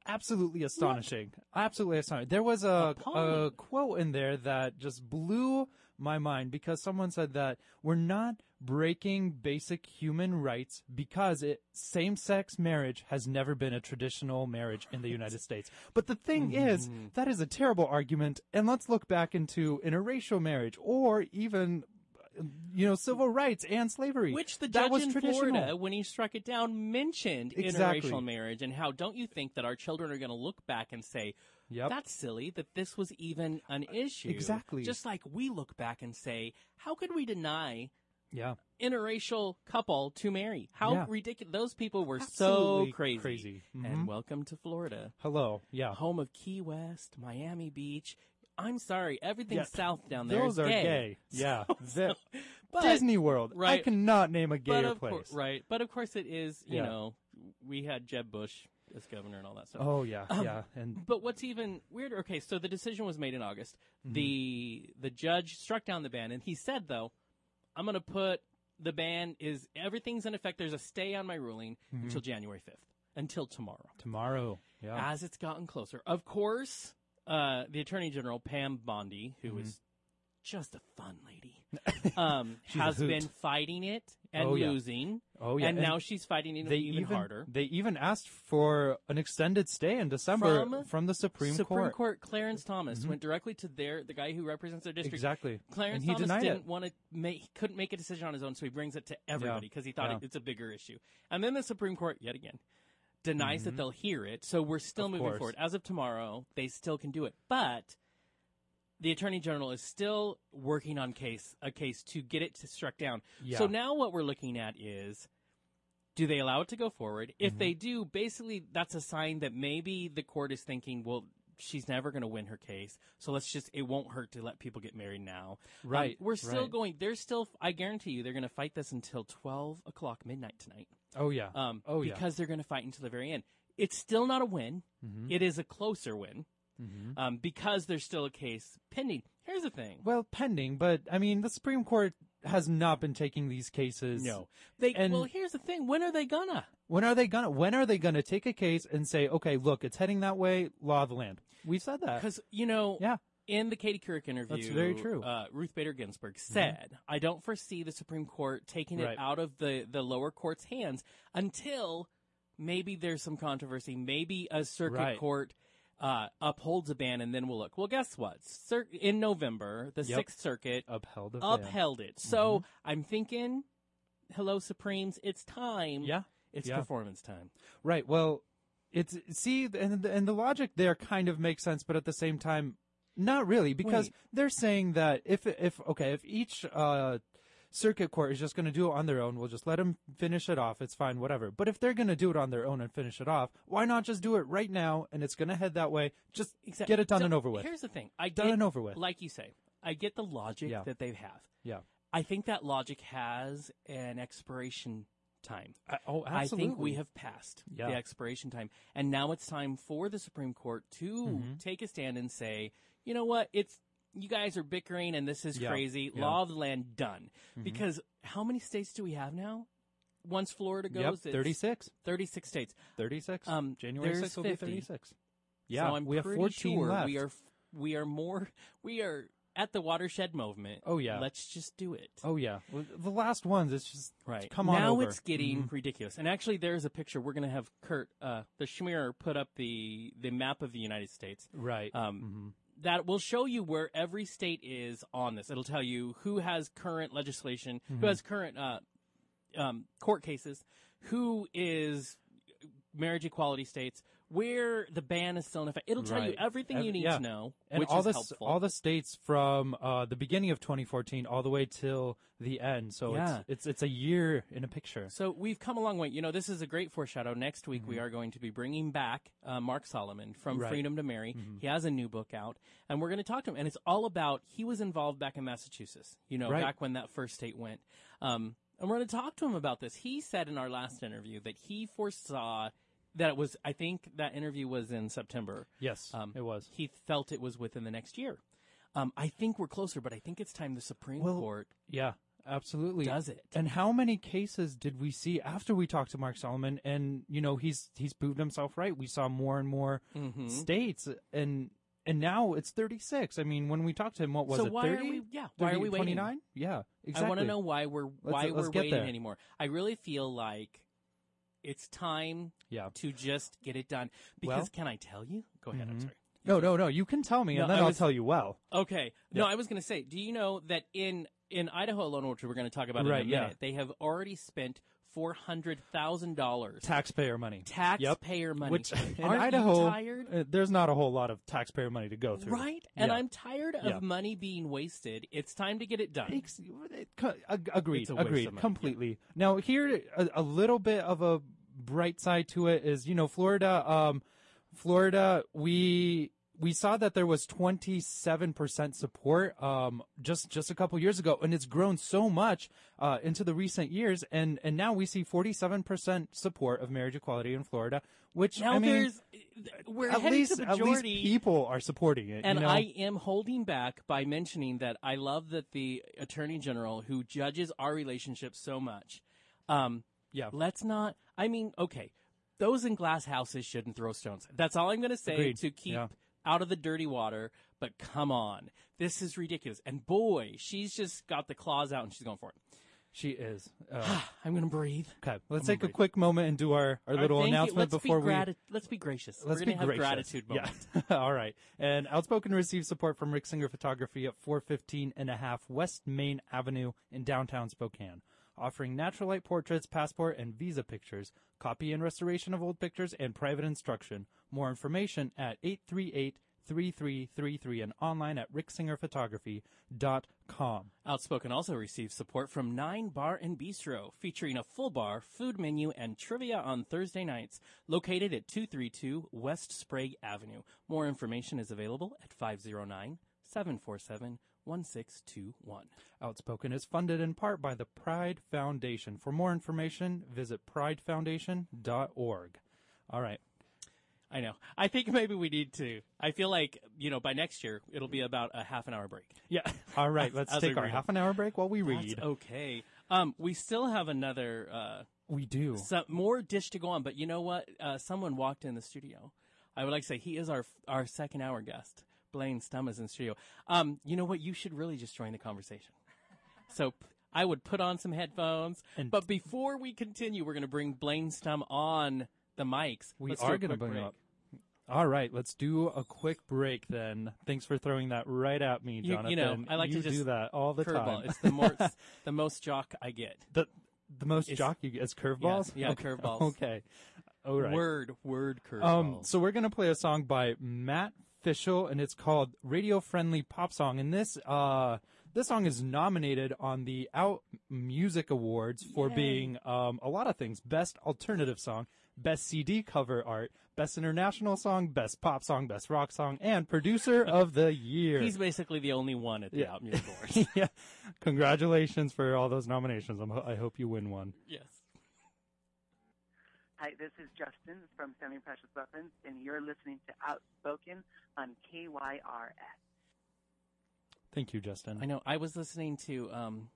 absolutely astonishing. Absolutely astonishing. There was a, Appalling. a quote in there that just blew my mind because someone said that we're not breaking basic human rights because it same-sex marriage has never been a traditional marriage in the United States. But the Hmm. thing is, that is a terrible argument and let's look back into interracial marriage or even you know civil rights and slavery Which the that judge was in traditional. Florida, when he struck it down, mentioned Exactly. interracial marriage and how don't you think that our children are going to look back and say, Yep. Uh, that's silly that this was even an issue. exactly. Just like we look back and say, how could we deny yeah interracial couple to marry? How Yeah. ridiculous. Those people were Absolutely so crazy. Mm-hmm. crazy. Mm-hmm. And welcome to Florida, hello yeah home of Key West, Miami Beach. I'm sorry, everything Yeah. south down there is Those are gay. gay. [LAUGHS] Yeah. The- But- Disney World. I right. cannot name a but gayer of cour- place. right. But of course, it is. You Yeah. know, we had Jeb Bush as governor and all that stuff. Oh yeah, Um, yeah, and But what's even weirder? Okay, so the decision was made in August. Mm-hmm. The the judge struck down the ban, and he said though, "I'm going to put the ban is everything's in effect. There's a stay on my ruling Mm-hmm. until January 5th, until tomorrow." tomorrow, yeah, As it's gotten closer, of course, uh, the Attorney General Pam Bondi, Mm-hmm. who is just a fun lady, [LAUGHS] um, She's a has hoot. been fighting it and Oh, yeah. losing. oh yeah, and, now she's fighting it they even, harder. They even asked for an extended stay in December From from, the Supreme, Court. Mm-hmm. Clarence Thomas went directly to their the guy who represents their district. Exactly, Clarence and he Thomas denied didn't it. want to make he couldn't make a decision on his own, so he brings it to everybody because he thought yeah. it, it's a bigger issue. And then the Supreme Court yet again denies that they'll hear it, so we're still Mm-hmm. Of moving course. forward. As of tomorrow, they still can do it, but the Attorney General is still working on case a case to get it to struck down. Yeah. So now what we're looking at is. Do they allow it to go forward? Mm-hmm. If they do, basically that's a sign that maybe the court is thinking, well, she's never going to win her case. So let's just, it won't hurt to let people get married now. Um, Right, we're still right. going, they're still, I guarantee you, they're going to fight this until 12 o'clock midnight tonight. Oh yeah. Um, oh yeah. because they're going to fight until the very end. It's still not a win. Mm-hmm. It is a closer win um, because there's still a case pending. Here's the thing. well, pending, but I mean, the Supreme Court has not been taking these cases. No. They, and- well, here's the thing. When are they gonna? When are they gonna? When are they gonna take a case and say, okay, look, it's heading that way, law of the land? We've said that. Because you know, Yeah. in the Katie Couric interview, That's very true. Mm-hmm. Uh, Ruth Bader Ginsburg said, "I don't foresee the Supreme Court taking it Right. out of the the lower court's hands until maybe there's some controversy, maybe a circuit Right. court." Uh, upholds a ban and then we'll look. Well, guess what? Cir- in November, the Yep. Sixth Circuit Upheld. a ban. Mm-hmm. upheld it. So I'm thinking, hello, Supremes, it's time. Yeah. It's yeah. performance time. Right. Well, it's see, and and the logic there kind of makes sense, but at the same time, not really, because Wait. they're saying that if if okay, if each uh, circuit court is just going to do it on their own, we'll just let them finish it off. It's fine, whatever. But if they're going to do it on their own and finish it off, why not just do it right now? And it's going to head that way. Just Exact- get it done So and over with. Here's the thing. I Done get- and over with. Like you say, I get the logic Yeah. that they have. Yeah. I think that logic has an expiration time. oh, I think we have passed Yeah. the expiration time. And now it's time for the Supreme Court to Mm-hmm. take a stand and say, you know what? It's, you guys are bickering and this is Yeah. crazy. Yeah. Mm-hmm. Law of the land done. Because how many states do we have now? Once Florida goes, Yep, it's 36. 36 states. 36. Um, January there's 6th will be 50. 36. Yeah, so I'm we have pretty 14 sure left. We are we are more [LAUGHS] we are at the watershed movement. Oh, yeah. let's just do it. Oh yeah, Well, the last ones. It's just Right Come on, now over. it's getting Mm-hmm. ridiculous. And actually, there's a picture we're going to have Kurt uh, the Schmier put up the the map of the United States. Mm-hmm. right. Um, That will show you where every state is on this. It'll tell you who has current legislation, Mm-hmm. who has current uh, um, court cases, who is marriage equality states, where the ban is still in effect. It'll tell you Right. everything you Ev- need yeah. to know, and which all is the s- helpful. all the states from uh, the beginning of 2014 all the way till the end. So Yeah. it's, it's it's a year in a picture. So we've come a long way. You know, this is a great foreshadow. Next week, we are going to be bringing back uh, Mark Solomon from Mm-hmm. Right. Mm-hmm. Freedom to Marry. He has a new book out, and we're going to talk to him. And it's all about he was involved back in Massachusetts. You know, Right. back when that first state went. Um, and we're going to talk to him about this. He said in our last interview that he foresaw that it was. I think that interview was in September. Yes, Um, it was. He felt it was within the next year. Um, I think we're closer, but I think it's time the Supreme Well, Court Yeah, absolutely. does it. And how many cases did we see after we talked to Mark Solomon? And you know he's he's proved himself right. We saw more and more Mhm. states, and and now it's 36. I mean, when we talked to him, what was So it? why are 30? we- yeah, why are 30, we waiting? 29? Yeah, exactly. I want to know why we're why let's we're get waiting there. anymore. I really feel like it's time Yeah. to just get it done. Because Well- Mm-hmm. can I tell you? Go ahead. I'm sorry. No, no, no. You can tell me, No, and then I I'll was- tell you. Well, Okay. No, I was going to say. Do you know that in in Idaho alone, which we're going to talk about Right, in a yeah. minute, they have already spent four hundred thousand dollars taxpayer money. taxpayer money. Which in [LAUGHS] Aren't you Idaho, tired? uh, there's not a whole lot of taxpayer money to go through. Right, and Yeah. I'm tired of Yeah. money being wasted. It's time to get it done. Ex- it co- ag- agreed. It's a waste agreed. of money, Completely. Now here, a, a little bit of a bright side to it is, you know, Florida. Um, Florida, we we saw that there was 27% support um, just just a couple years ago and it's grown so much uh, into the recent years and and now we see 47% support of marriage equality in Florida which Now I mean there's we're at heading least to at least majority. people are supporting it And you know? I am holding back by mentioning that I love that the attorney general who judges our relationship so much. Um, Yeah. Let's not. I mean, okay, those in glass houses shouldn't throw stones. That's all I'm going to say Agreed. to keep Yeah. out of the dirty water. But come on, this is ridiculous. And boy, she's just got the claws out and she's going for it. [SIGHS] she is uh, I'm going to breathe. okay let's I'm take a agreed. quick moment and do our our Our little thank you- announcement let's be before we grati- let's be gracious. Let's We're be gonna have gracious. gratitude moment. Yeah. [LAUGHS] All right. And Outspoken receives support from Rick Singer Photography at 415 and a half West Main Avenue in downtown Spokane, offering natural light portraits, passport, and visa pictures, copy and restoration of old pictures, and private instruction. More information at 838 3333 and online at ricksingerphotography.com. Outspoken also receives support from Nine Bar and Bistro, featuring a full bar, food menu, and trivia on Thursday nights, located at 232 West Sprague Avenue. More information is available at 509 747 1621. Outspoken is funded in part by the Pride Foundation. For more information, visit pridefoundation.org. All right. I know. I think maybe we need to. I feel like, you know, by next year, it'll be about a half an hour break. [LAUGHS] Yeah. All right. Let's As we take our read. half an hour break while we read. That's okay. Um, we still have another, uh, we do. some, more dish to go on. But you know what? Uh, someone walked in the studio. I would like to say he is our our second hour guest. Blaine Stum is in the studio. Um, you know what? You should really just join the conversation. So p- I would put on some headphones. And- but before we continue, we're going to bring Blaine Stum on the mics. We Let's do are a going to quick bring break. up. All right, let's do a quick break then. Thanks for throwing that right at me, You- Jonathan. you know, I like to You do just that all the curveball. time. It's [LAUGHS] the more the most jock I get. the the most It's- jock you get is curveballs. yeah, okay. curveballs. [LAUGHS] Okay, all right. Word word curveball. Um, so we're gonna play a song by Matt Fischel, and it's called "Radio Friendly Pop Song." And this uh, this song is nominated on the Out Music Awards for being um, a lot of things: best alternative song, best CD cover art, best international song, best pop song, best rock song, and producer of the year. He's basically the only one at the Yeah. out music awards. [LAUGHS] yeah, congratulations for all those nominations. I'm, I hope you win one. yes. Hi, this is Justin from Semi Precious Weapons, and you're listening to Outspoken on KYRS. Thank you, Justin. I know. I was listening to um,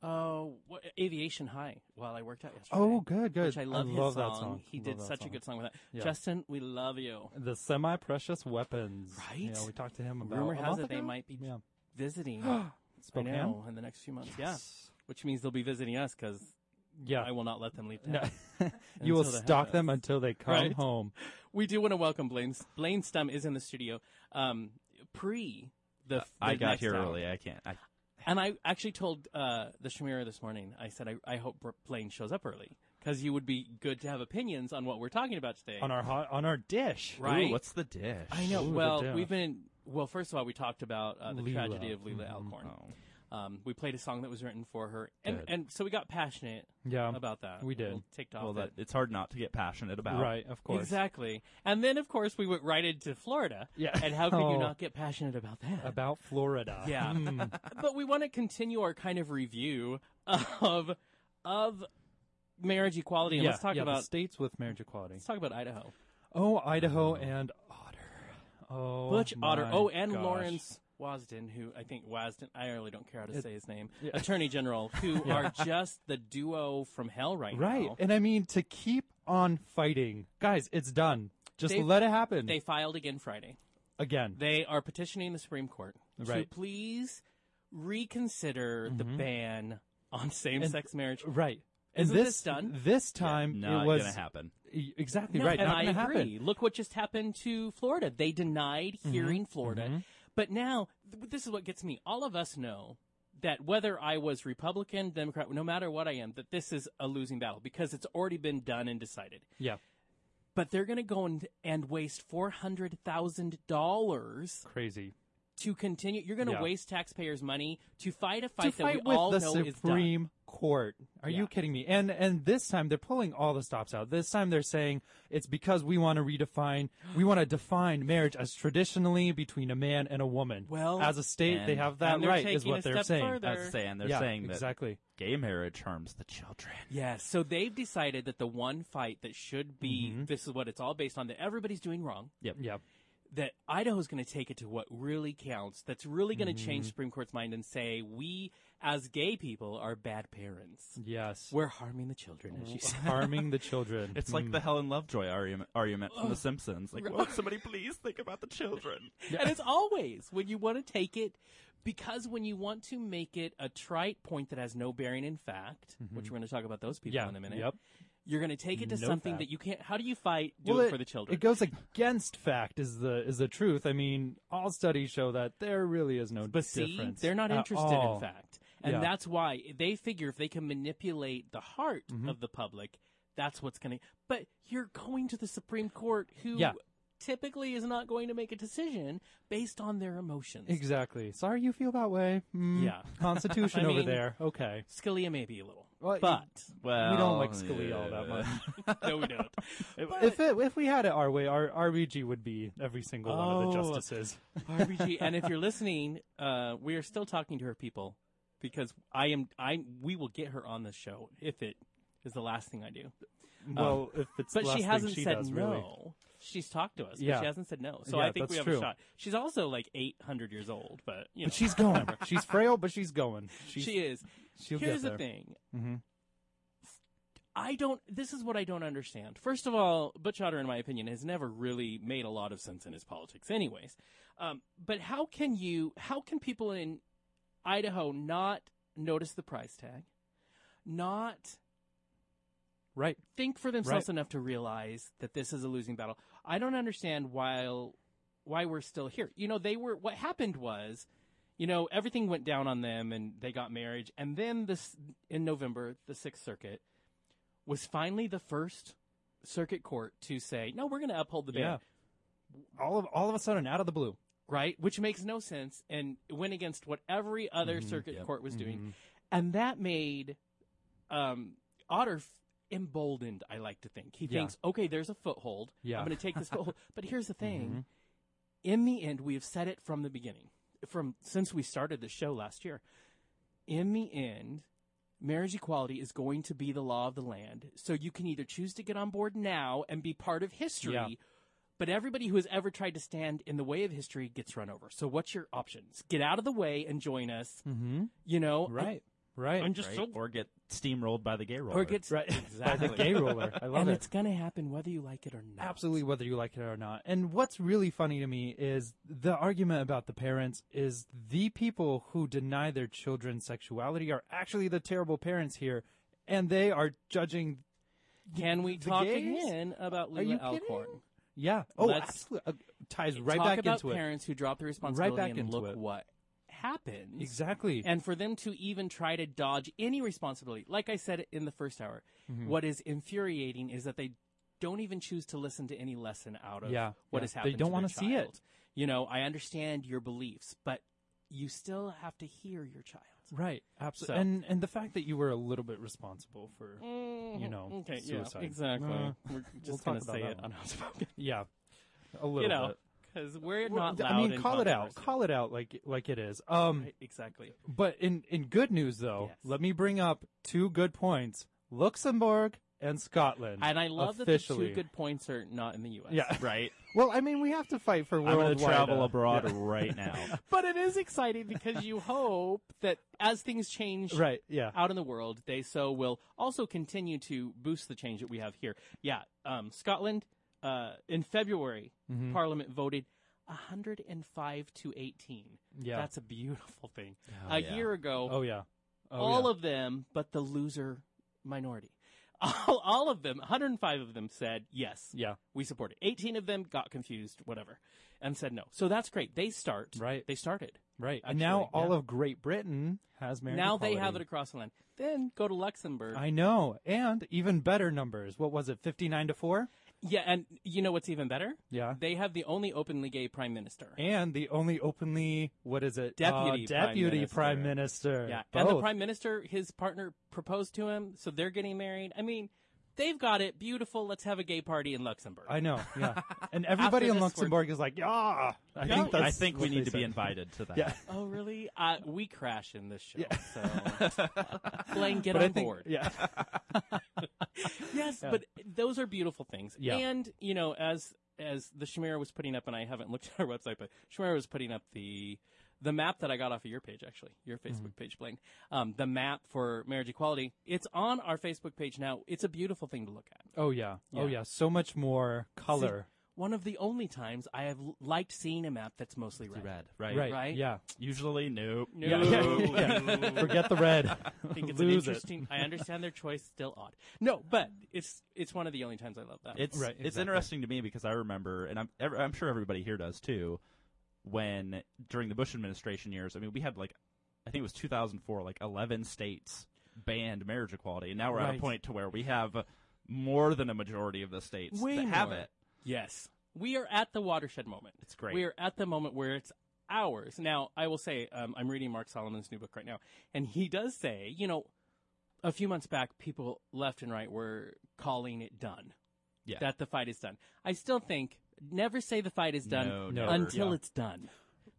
oh, what, Aviation High while I worked out yesterday. Oh, good, good. Which I love, his that song. song. I He love did that such a song. good song with that. Yeah. Justin, we love you. The semi precious weapons. Right? Yeah, we talked to him about Rumor a has month it they ago? might be yeah. Visiting I [GASPS] Spokane. know, in the next few months. Yes. Yeah, which means they'll be visiting us because Yeah. [LAUGHS] I will not let them leave. No. Town. you will Until they have stalk us. them until they come Right. home. We do want to welcome Blaine. Blaine Stum is in the studio. Um, pre the, the Uh, I got next here hour. early. I can't. I, And I actually told uh, the Shamira this morning. I said, I, I hope Br- Blaine shows up early because you would be good to have opinions on what we're talking about today. On our hot, on our dish. right? Ooh, what's the dish? I know. Ooh, good well, job. we've been. Well, first of all, we talked about uh, the Leela. tragedy of Leela Mhm. Alcorn. Oh. Um, we played a song that was written for her, and Good. and so we got passionate Yeah. about that. we did. We'll ticked off Well, that it. it's hard not to get passionate about. Right, of course. exactly. And then, of course, we went right into Florida. Yeah. And how could [LAUGHS] Oh. you not get passionate about that? About Florida. [LAUGHS] Yeah. Hmm. [LAUGHS] but we want to continue our kind of review of of marriage equality, and yeah. let's talk yeah, the about states with marriage equality. let's talk about Idaho. Oh, Idaho and Otter. Oh, Butch Otter. my Oh, and gosh. Lawrence Wasden, who I think Wasden. I really don't care how to It- say his name. Yeah. Attorney General, [LAUGHS] who are just the duo from hell right, Right. now. And I mean, to keep on fighting. Guys, it's done. Just They- let it happen. They filed again Friday. Again. They are petitioning the Supreme Court to Right. Mm-hmm. please reconsider the ban on same-sex marriage. right. And Isn't this, this done? This time Not it was gonna happen. E- Exactly No, right. And Not I gonna happen. Mm-hmm. agree. Look what just happened to Florida. They denied hearing Florida. But now, th- this is what gets me. All of us know that whether I was Republican, Democrat, no matter what I am, that this is a losing battle because it's already been done and decided. Yeah, But they're going to go and, and waste $400,000 crazy. to continue. You're going to Yeah. waste taxpayers' money to fight to a fight that fight we all with the know is done. Supreme Court. Are Yeah. you kidding me? And and this time they're pulling all the stops out. This time they're saying it's because we want to redefine, we want to define marriage as traditionally between a man and a woman. Well, as a state, they and- have that and they're right, is taking a what they're step saying. further. As I say, and they're yeah, saying that exactly. gay marriage harms the children. Yes. So they've decided that the one fight that should be Mm-hmm. this is what it's all based on that everybody's doing wrong. Yeah, That Idaho's going to take it to what really counts. That's really going to Mm-hmm. change Supreme Court's mind and say we as gay people are bad parents. yes. We're harming the children, as you said. harming the children. [LAUGHS] It's like the Helen Lovejoy argument, argument from The [LAUGHS] Simpsons. Like, "Won't somebody please think about the children? [LAUGHS] And it's always when you want to take it, because when you want to make it a trite point that has no bearing in fact, which we're going to talk about those people Mm-hmm. yeah. in a minute, Yep. you're going to take it to No something fact. that you can't. How do you fight? Do Well, it for the children. It goes against fact is the is the truth. I mean, all studies show that there really is no But see, difference. they're not at interested in all. fact. And Yeah. that's why they figure if they can manipulate the heart Mm-hmm. of the public, that's what's going to. But you're going to the Supreme Court, who Yeah. typically is not going to make a decision based on their emotions. Exactly. Sorry you feel that way. Mm, Yeah. [LAUGHS] Constitution [LAUGHS] I over mean- there. Okay. Scalia, maybe a little. Well, but Well, we don't like Scalia all that much. no, we [LAUGHS] don't. [LAUGHS] But- If it, if we had it our way, our RBG would be every single one of the Oh. justices. RBG, and if you're listening, uh, we are still talking to her people because I am. I we will get her on the show if it is the last thing I do. Well, if it's Oh. But the last she thing hasn't she said does, no. really. She's talked to us, but Yeah. she hasn't said no. So Yeah, I think that's we have a true. shot. She's also like 800 years old, but you know, But she's [LAUGHS] going. she's frail, but she's going. She's, she is. She'll get Here's the there. thing. Mm-hmm. I don't. This is what I don't understand. First of all, Butch Otter, in my opinion, has never really made a lot of sense in his politics, anyways. Um, but how can you? How can people in Idaho not notice the price tag? Not Right. think for themselves Right. enough to realize that this is a losing battle. I don't understand why why we're still here. You know, they were what happened was, you know, everything went down on them and they got marriage and then this in November, the 6th circuit was finally the first circuit court to say, "No, we're going to uphold the ban." Yeah. All of all of a sudden, out of the blue. right? Which makes no sense and went against what every other circuit yep. court was Mm-hmm. doing. And that made um, Otter f- emboldened, I like to think. He Yeah. thinks, okay, there's a foothold. Yeah. Mm-hmm. I'm going to take this [LAUGHS] foothold. But here's the thing in the end, we have said it from the beginning, from since we started the show last year. In the end, marriage equality is going to be the law of the land. So you can either choose to get on board now and be part of history, Yeah. but everybody who has ever tried to stand in the way of history gets run over. So what's your options? Get out of the way and join us. Mm-hmm. You know, Right. I, Right. am just so or get steamrolled by the gay roller. or gets right. [LAUGHS] By exactly the gay roller. I love and it. it's gonna happen whether you like it or not. Absolutely, whether you like it or not. And what's really funny to me is the argument about the parents is the people who deny their children sexuality are actually the terrible parents here, and they are judging. Can we The talk gays? again about you Lila kidding? Alcorn? Yeah. Oh, Let's absolutely. Uh, ties right talk back about into it. parents who drop the responsibility back and into look it. what happens. Exactly. And for them to even try to dodge any responsibility, like I said in the first hour, Mm-hmm. what is infuriating is that they don't even choose to listen to any lesson out of Yeah, what yeah. has They happened. don't want wanna to see it. You know, I understand your beliefs, but you still have to hear your child. right. Absolutely. And and the fact that you were a little bit responsible for you know Mm, Okay, suicide. yeah, exactly. Uh, We're just talk going to about say that it one. unspoken. yeah. A little you know, bit. because we're Well, not loud. I mean, and call it out. controversial. Call it out like like it is. Um. Right, exactly. But in, in good news, though, Yes. let me bring up two good points Luxembourg and Scotland. And I love officially. that the two good points are not in the U.S. Yeah. right? [LAUGHS] Well, I mean, we have to fight for I'm worldwide. going to travel uh, abroad yeah. [LAUGHS] right now. But it is exciting because you hope that as things change Right, yeah. out in the world, they so will also continue to boost the change that we have here. Yeah, um, Scotland uh, in February, Mm-hmm. Parliament voted 105 to 18. Yeah. that's a beautiful thing. Oh, a yeah. year ago, Oh, yeah. Oh, all yeah. of them, but the loser minority. [LAUGHS] All, all of them, 105 of them said yes. Yeah. We support it. 18 of them got confused, whatever, and said no. So that's great. They start. Right. They started. Right. and now Actually, all yeah. of Great Britain has married. now they have it across the land. Then go to Luxembourg. I know. And even better numbers. What was it, 59 to 4? Yeah, and you know what's even better? Yeah. They have the only openly gay prime minister. And the only openly, what is it? Deputy Uh, prime deputy minister. prime minister. yeah, Both. and the prime minister, his partner proposed to him, so they're getting married. I mean, they've got it beautiful. Let's have a gay party in Luxembourg. I know. Yeah. [LAUGHS] And everybody in this, we're- Luxembourg is like, yeah. I I think think, that's I think we what need they to be said. invited to [LAUGHS] that. Yeah. Oh, really? Uh, we crash in this show. Yeah. So, [LAUGHS] Blaine, get But I on think- board. Yeah. [LAUGHS] yes, Yeah. but those are beautiful things. Yeah. And, you know, as as the Shamira was putting up, and I haven't looked [LAUGHS] at our website, but Shamira was putting up the the map that I got off of your page, actually, your Facebook Mm-hmm. page, Blaine. Um, the map for marriage equality. It's on our Facebook page now. It's a beautiful thing to look at. Oh yeah. Oh Yeah. yeah. So much more color. One of the only times I have l- liked seeing a map that's mostly red. Red, right? right. right? Mm. Yeah. Usually, nope. [LAUGHS] Yeah. Yeah. Forget the [LAUGHS] red. I [LAUGHS] think it's an Lose it. interesting. I understand their choice, still odd. No, but it's it's one of the only times I love that. [LAUGHS] It's Right, it's exactly. interesting to me because I remember, and I'm ev- I'm sure everybody here does too. When during the Bush administration years, I mean, we had like, I think it was 2004, like 11 states banned marriage equality, and now we're at Right. a point to where we have more than a majority of the states Way that have more. it. Yes. We are at the watershed moment. It's great. We are at the moment where it's ours. Now, I will say, um, I'm reading Mark Solomon's new book right now, and he does say, you know, a few months back, people left and right were calling it done. Yeah. That the fight is done. I still think never say the fight is done No, No. never. until Yeah. it's done.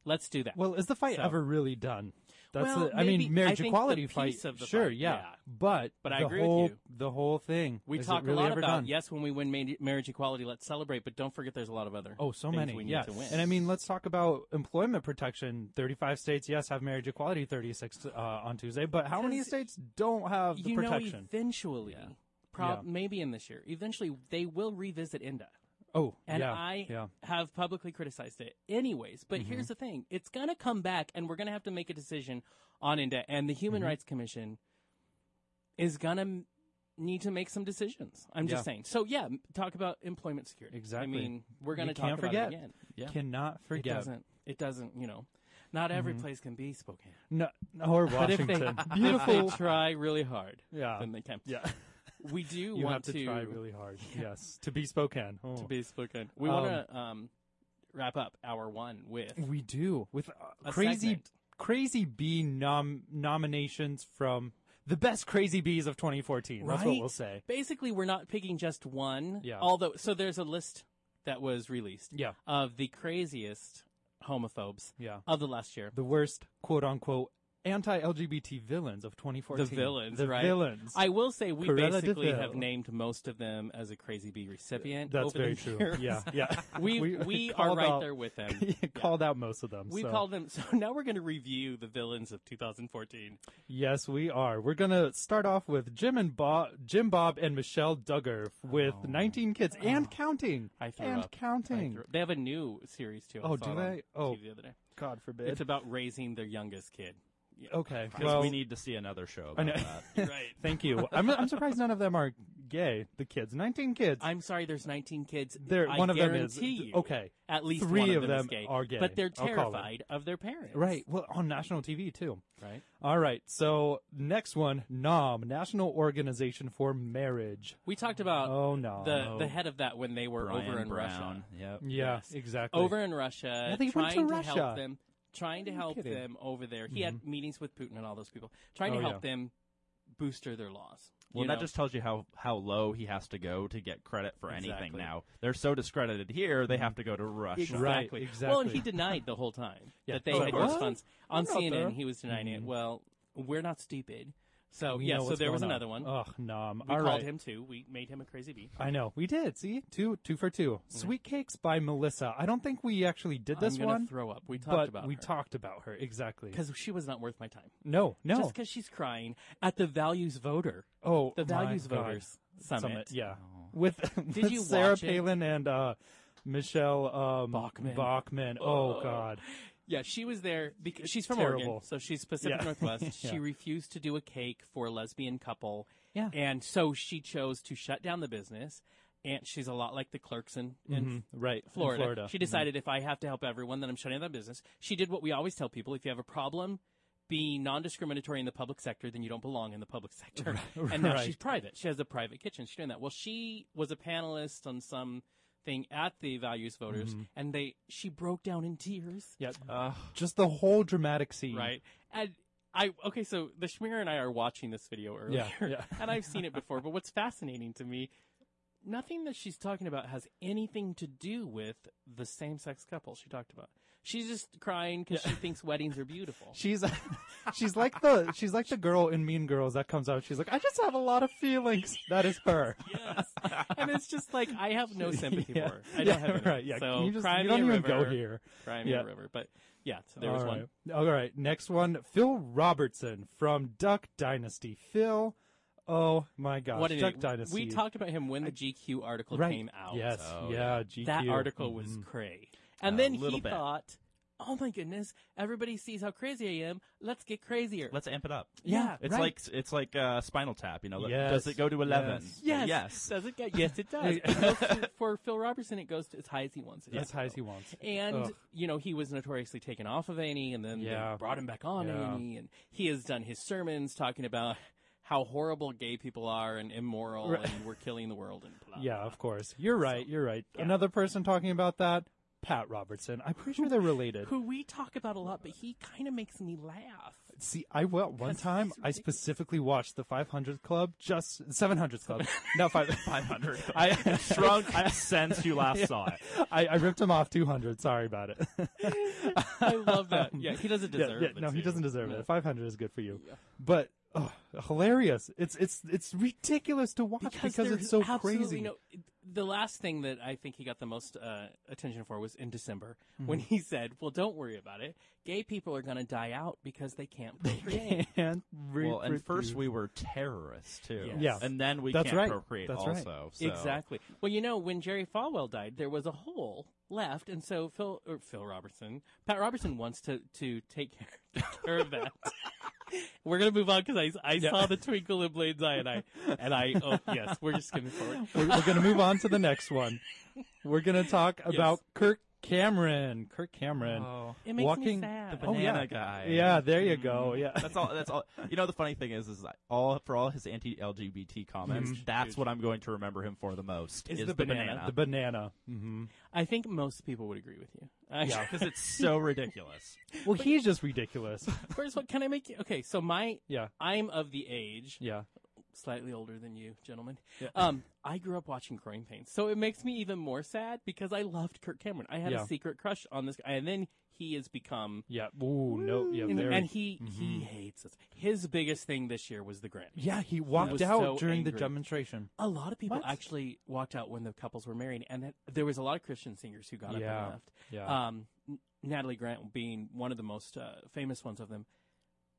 Let's do that. Well, is the fight So- ever really done? That's Well, the, I mean, maybe- I marriage think the equality piece fight. of the sure, fight, yeah. yeah. But But I the agree with whole, you. The whole thing. we is it talk really a lot ever about done? yes, when we win ma- marriage equality, let's celebrate. But don't forget, there's a lot of other Oh, so things many. we need Yes. to win. And I mean, let's talk about employment protection. 35 states, yes, have marriage equality 36 uh, on Tuesday, but how many Because states don't have the you know, protection? eventually, prob- Yeah. maybe in this year, eventually they will revisit ENDA. oh, And yeah. I yeah. Mm-hmm. have publicly criticized it anyways. But here's the thing it's going to come back, and we're going to have to make a decision on INDA. And the Mm-hmm. Human Rights Commission is going to need to make some decisions. I'm just Yeah. saying. So, yeah, m- talk about employment security. I Exactly. mean, we're going to We talk can't about forget. it again. Yeah. Cannot forget. It doesn't, it doesn't, you know, not every place can be Spokane. No, or But if they, Mm-hmm. [LAUGHS] Washington. [LAUGHS] if they Beautiful. try really hard, Yeah. then they can. [LAUGHS] yeah. We do You want have to, try really [LAUGHS] hard. Yes. To be Spokane. Oh. to be spoken. We Um, want to um, wrap up hour one with We do with uh, A crazy, segment. crazy bee nom- nominations from the best crazy bees of 2014. That's what Right? we'll say. basically we're not picking just one. Yeah. Although, so there's a list that was released Yeah, of the craziest homophobes yeah. of the last year. The worst quote unquote anti-LGBT villains of 2014. The villains, The right? villains. I will say we Cruella de basically Vil. have named most of them as a crazy bee [LAUGHS] recipient. That's over very the true. years. Yeah, yeah. We we, [LAUGHS] are called right out- there [LAUGHS] with them. called out most of them. [LAUGHS] We so. called them. [LAUGHS] So now we're going to review the villains of 2014. Yes, we are. We're gonna start off with Jim and Bob, Jim Bob and Michelle Duggar with 19 kids [SIGHS] and counting. Oh. I threw and up. I counting. threw- They have a new series too. I Oh, saw do it on they? Oh. TV the other day. God forbid. It's about raising their youngest kid. okay. Because Well, we need to see another show about I know. that. [LAUGHS] Right. Thank you. I'm, I'm surprised none of them are gay. The kids, 19 kids. [LAUGHS] I'm sorry, there's 19 kids. There, I one of them is guarantee you, okay. At least Three one of them, is them are gay. but they're I'll call it. terrified of their parents. Right. Well, on national TV too. Right. All right. So next one, NOM, National Organization for Marriage. We talked about Oh no. the the head of that when they were Brian over in Brown. Russia. Yep. yeah, Yes. exactly. Over in Russia, Yeah, they went to trying Russia. help them, trying to Are you help kidding? Mm-hmm. them over there. He had meetings with Putin and all those people, trying Oh, to help yeah. them booster their laws. Well, you that know? just tells you how, how low he has to go to get credit for anything Exactly. now. They're so discredited here, they have to go to Russia. [LAUGHS] Right, Exactly. Well, and exactly. he denied the whole time [LAUGHS] Yeah. that they Oh, had what? used funds. On We're not there. CNN, he was denying it. Well, we're not stupid. So, We yeah, know so what's there going was on. another one. Ugh, NOM. we All called right. him too. We made him a crazy bee. I know. We did. See, two, two for 2 Sweet Cakes by Melissa. I don't think we actually did this I'm gonna one, throw up. We talked but about we talked about her exactly. because she was not worth my time. No, no. Just because she's crying at the Values Voter, oh, the my Values God. Voters Summit. Oh. Yeah, with, Did with you Sarah watch it? Palin and uh, Michelle um, Bachman. Bachman. Oh, Oh. God. Yeah, she was there because she's from Oregon, terrible. so she's Pacific Yeah. [LAUGHS] Northwest. She Yeah. refused to do a cake for a lesbian couple. Yeah. And so she chose to shut down the business. And she's a lot like the clerks in, in Mhm. Right, in Florida. Florida. Mm-hmm. She decided if I have to help everyone, then I'm shutting down the business. She did what we always tell people if you have a problem, be non-discriminatory in the public sector, then you don't belong in the public sector. And [LAUGHS] now right. she's private. She has a private kitchen. She's doing that. Well, she was a panelist on some thing at the Values Voters, Mm-hmm. and they she broke down in tears. Yeah, Ugh. just the whole dramatic scene. Uh, Right. And I okay, so the Schmier and I are watching this video earlier, yeah. [LAUGHS] and I've seen it before. But what's fascinating to me, nothing that she's talking about has anything to do with the same-sex couple she talked about. She's just crying because she thinks weddings are [LAUGHS] beautiful. She's she's like the she's like the girl in Mean Girls that comes out. She's like, I just have a lot of feelings. That is her. yes, and it's just like I have [LAUGHS] no sympathy [LAUGHS] Yeah. for her. I Yeah, don't have any. right. Yeah, so Can you, just, cry you me don't a even river, go here. Cry me Yeah. a river, but yeah, so there was All one. right. All right. Next one, Phil Robertson from Duck Dynasty. Phil, oh my gosh, What an Duck idiot. Dynasty. We talked about him when the GQ article right. came out. Yes. Oh, yeah. GQ. that article was Mm-hmm. cray. And A then little he bit. thought, "Oh my goodness, everybody sees how crazy I am. Let's get crazier." Let's amp it up. yeah, It's right. like it's like uh, Spinal Tap. You know, Yes. does it go to eleven? yes, [LAUGHS] Yes. Does it get? Yes, it does. It goes to- for Phil Robertson, it goes to as high as he wants it. as to high go. as he wants. And Ugh. you know he was notoriously taken off of A&E, and then they Yeah. brought him back on Yeah. A&E, and he has done his sermons talking about how horrible gay people are and immoral, Right. and we're killing the world, and blah. Yeah, blah. of course. You're right. You're right. Another person talking about that, Pat Robertson. I'm pretty sure they're related. Who we talk about a lot, but he kind of makes me laugh. See, I well one time I specifically watched the 500 Club, just 700 Club. no, five, 500. [LAUGHS] I [LAUGHS] Shrunk since you last saw it. I, I ripped him off 200. Sorry about it. [LAUGHS] I love that. Yeah, he doesn't Um, Yeah, deserve yeah, it. no, he too. doesn't deserve No. it. 500 is good for you, but oh, hilarious. It's it's it's ridiculous to watch because, it's there's so absolutely crazy. no- the last thing that I think he got the most uh, attention for was in December Mm-hmm. when he said, "Well, don't worry about it. Gay people are going to die out because they can't procreate." and Well, and first reproduce. we were terrorists too. Yes. Yeah. And then we That's can't right. procreate That's right. also. So. Exactly. Well, you know, when Jerry Falwell died, there was a hole left, and so Phil or Phil Robertson, Pat Robertson wants to to take [LAUGHS] care, care of that. We're gonna move on because I, I saw the twinkle in Blade's eye, and I and I oh yes, we're just skipping forward. we're, we're going to move on to the next one. We're going to talk about Kirk Cameron. Kirk Cameron. Oh. It makes me walking, sad. [LAUGHS] The Oh, banana yeah. guy. Yeah, there you Mm. go. Yeah. That's all. That's all. You know, the funny thing is, is that all for all his anti-LGBT comments. Mm-hmm. That's what I'm going to remember him for the most. Is the banana. the banana. hmm I think most people would agree with you. I- [LAUGHS] Yeah. because it's so ridiculous. Well, he's just ridiculous. First one, can I make you? Okay, so my Yeah. I'm of the age, Yeah. slightly older than you, gentlemen. Um, I grew up watching Growing Pains, so it makes me even more sad because I loved Kirk Cameron. I had Yeah. a secret crush on this guy, and then he has become. Yeah. Ooh, no. Yeah. and- Very. Mm-hmm. and he he hates us. His biggest thing this year was the Grammy. yeah, he walked was out so during the angry. demonstration. A lot of people What? actually walked out when the couples were married, and that, there was a lot of Christian singers who got up Yeah. and left. Yeah. um, N- Natalie Grant being one of the most uh, famous ones of them.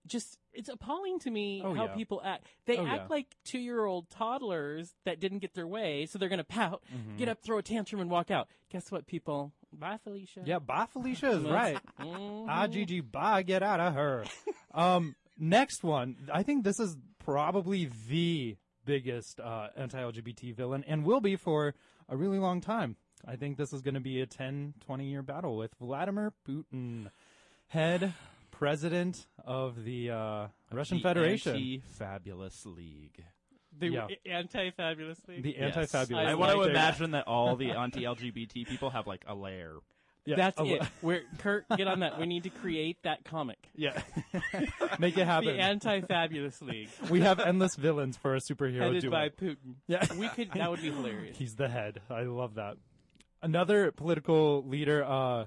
Just it's appalling to me Oh, how yeah. people act. They Oh, act yeah. like two year old toddlers that didn't get their way, so they're gonna pout, Mm-hmm. get up, throw a tantrum, and walk out. Guess what, people? Bye, Felicia. yeah. Bye, Felicia is right. Mhm. Ah, Gigi, bye. Get out of her. um, next one. I think this is probably the biggest uh, anti-LGBT villain, and will be for a really long time. I think this is going to be a 10, 20 year battle with Vladimir Putin, head president of the uh, Russian The Federation. Anti-fabulous league. the yeah. anti fabulously. the Yes. anti-fabulous. I, I want to like it. imagine that all the anti-LGBT people have like a lair. Yeah, That's a- it. [LAUGHS] We're Kurt, get on that. We need to create that comic. Yeah, make it happen. The anti fabulous [LAUGHS] league. we have endless villains for a superhero Headed duo. by Putin. Yeah. We could that would be [LAUGHS] hilarious. He's the head. I love that. Another political leader, uh,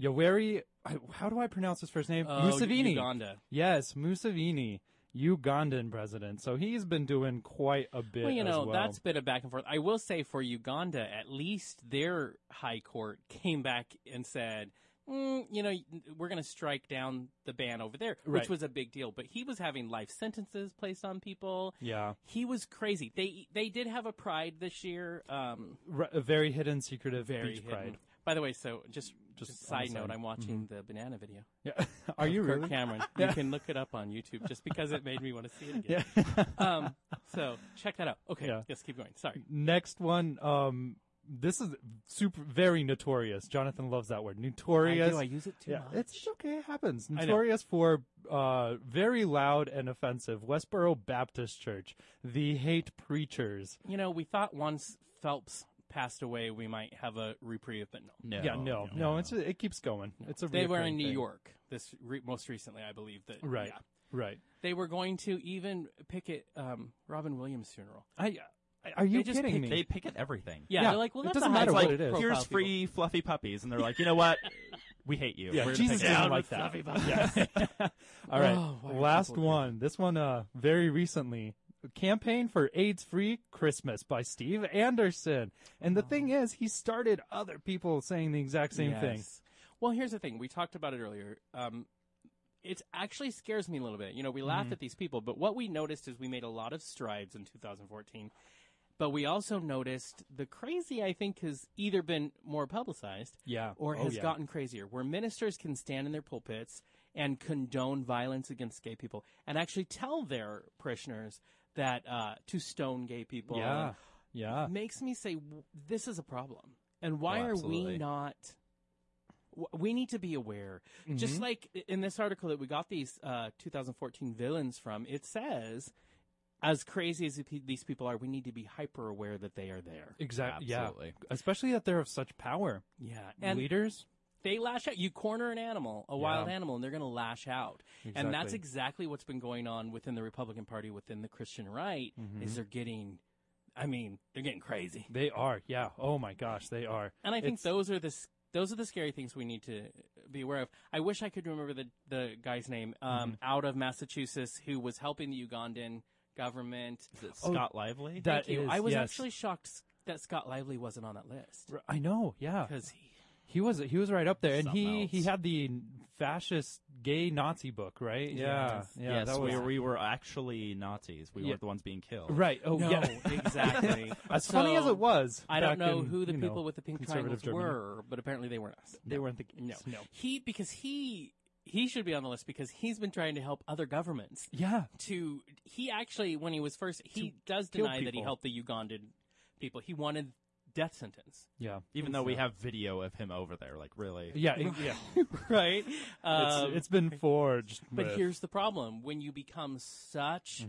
Yoweri. I- How do I pronounce his first name? Oh, Museveni. Uganda. Yes, Museveni, Ugandan president. So he's been doing quite a bit. Well, you as know, that's been a back and forth. I will say for Uganda, at least their high court [LAUGHS] came back and said, mm, you know, we're going to strike down the ban over there, Right. which was a big deal. But he was having life sentences placed on people. yeah, He was crazy. They they did have a pride this year. Um, Re- a very hidden, secretive very beach hidden. pride. By the way, so just Just just, on the side note, side. I'm watching the banana video. Yeah, [LAUGHS] are you Kirk really? [LAUGHS] Cameron. You can look it up on YouTube just because it made me want to see it Yeah. [LAUGHS] again. Um, so check that out. Okay, Yeah. yes, keep going. Sorry. Next one, um, this is super very notorious. Jonathan loves that word. I Notorious. do. I use it too much. It's okay. It happens. know. Notorious for uh, very loud and offensive. Westboro Baptist Church, the hate preachers. you know, we thought once Phelps passed away, we might have a reprieve, but no. No, yeah, no, no, it's it keeps going. It's a They were in reoccurring New thing. York this re- most recently, I believe that. right? yeah. Right. They were going to even picket um, Robin Williams' funeral. I, I are you They just kidding picked- me? they pick at everything. Yeah, Yeah, they're like, well, it that's a doesn't high matter what pro- it is. profile Here's people. free fluffy puppies, and they're like, you [LAUGHS] know what? We hate you. Yeah, We're gonna Jesus take you didn't down like that. [LAUGHS] with fluffy puppies. All right. Oh, why are Last people doing one. This one, uh, very recently. Campaign for AIDS Free Christmas by Steve Anderson. And the Oh. thing is, he started other people saying the exact same thing. Yes. Well, here's the thing. We talked about it earlier. Um, it actually scares me a little bit. You know, we Mm-hmm. laughed at these people, but what we noticed is we made a lot of strides in 2014. But we also noticed the crazy, I think, has either been more publicized Yeah. or Oh, has yeah. gotten crazier, where ministers can stand in their pulpits and condone violence against gay people and actually tell their parishioners that uh, to stone gay people. Yeah. and Yeah. makes me say w- this is a problem and why are Oh, we absolutely. not w- we need to be aware just like i- in this article that we got these uh, 2014 villains from it says as crazy as pe- these people are we need to be hyper aware that they are there Exactly. Absolutely. Yeah. Especially that they're of such power. yeah and Leaders. they lash out you corner an animal a wild Yeah. animal and they're going to lash out and that's Exactly. exactly what's been going on within the republican party within the christian right is they're getting i mean they're getting crazy They are. Yeah. Oh my gosh, they are. And I think It's- those are the s- those are the scary things we need to be aware of. I wish I could remember the the guy's name Mm-hmm. um, out of Massachusetts who was helping the Ugandan government. Is it Scott Lively? Oh. That Thank you. is- I was yes. actually shocked s- that Scott Lively wasn't on that list R- I know. Yeah. because he. He was he was right up there and Something he he else. had the fascist gay Nazi book, right? Yeah. Yes. Yeah, yes, that was we, we were actually Nazis. We Yeah. were the ones being killed. Right. Oh no, yeah. [LAUGHS] exactly. [LAUGHS] As funny as So, it was, I back don't know in, who the you know, people with the pink conservative triangles Germany. were, but apparently they weren't us. They weren't the No, no. he because he he should be on the list because he's been trying to help other governments Yeah, to he actually when he was first he does kill deny that he people. helped the Ugandan people. He wanted death sentence. [LAUGHS] yeah, Even though we have video of him over there, like really. yeah, it- yeah. right? Um, it's, it's been forged. but with- [LAUGHS] Mhm. here's the problem when you become such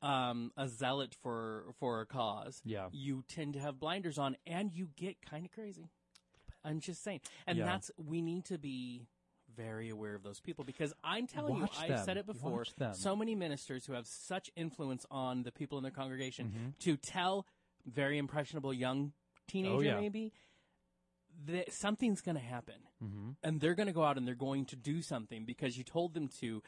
um, a zealot for for a cause, Yeah. you tend to have blinders on and you get kind of crazy. I'm just saying. And Yeah. that's we need to be very aware of those people because I'm telling Watch you, them. I've said it before. Watch them. So many ministers who have such influence on the people in their congregation Mm-hmm. to tell very impressionable young teenager Oh, yeah. maybe that something's going to happen Mm-hmm. and they're going to go out and they're going to do something because you told them to.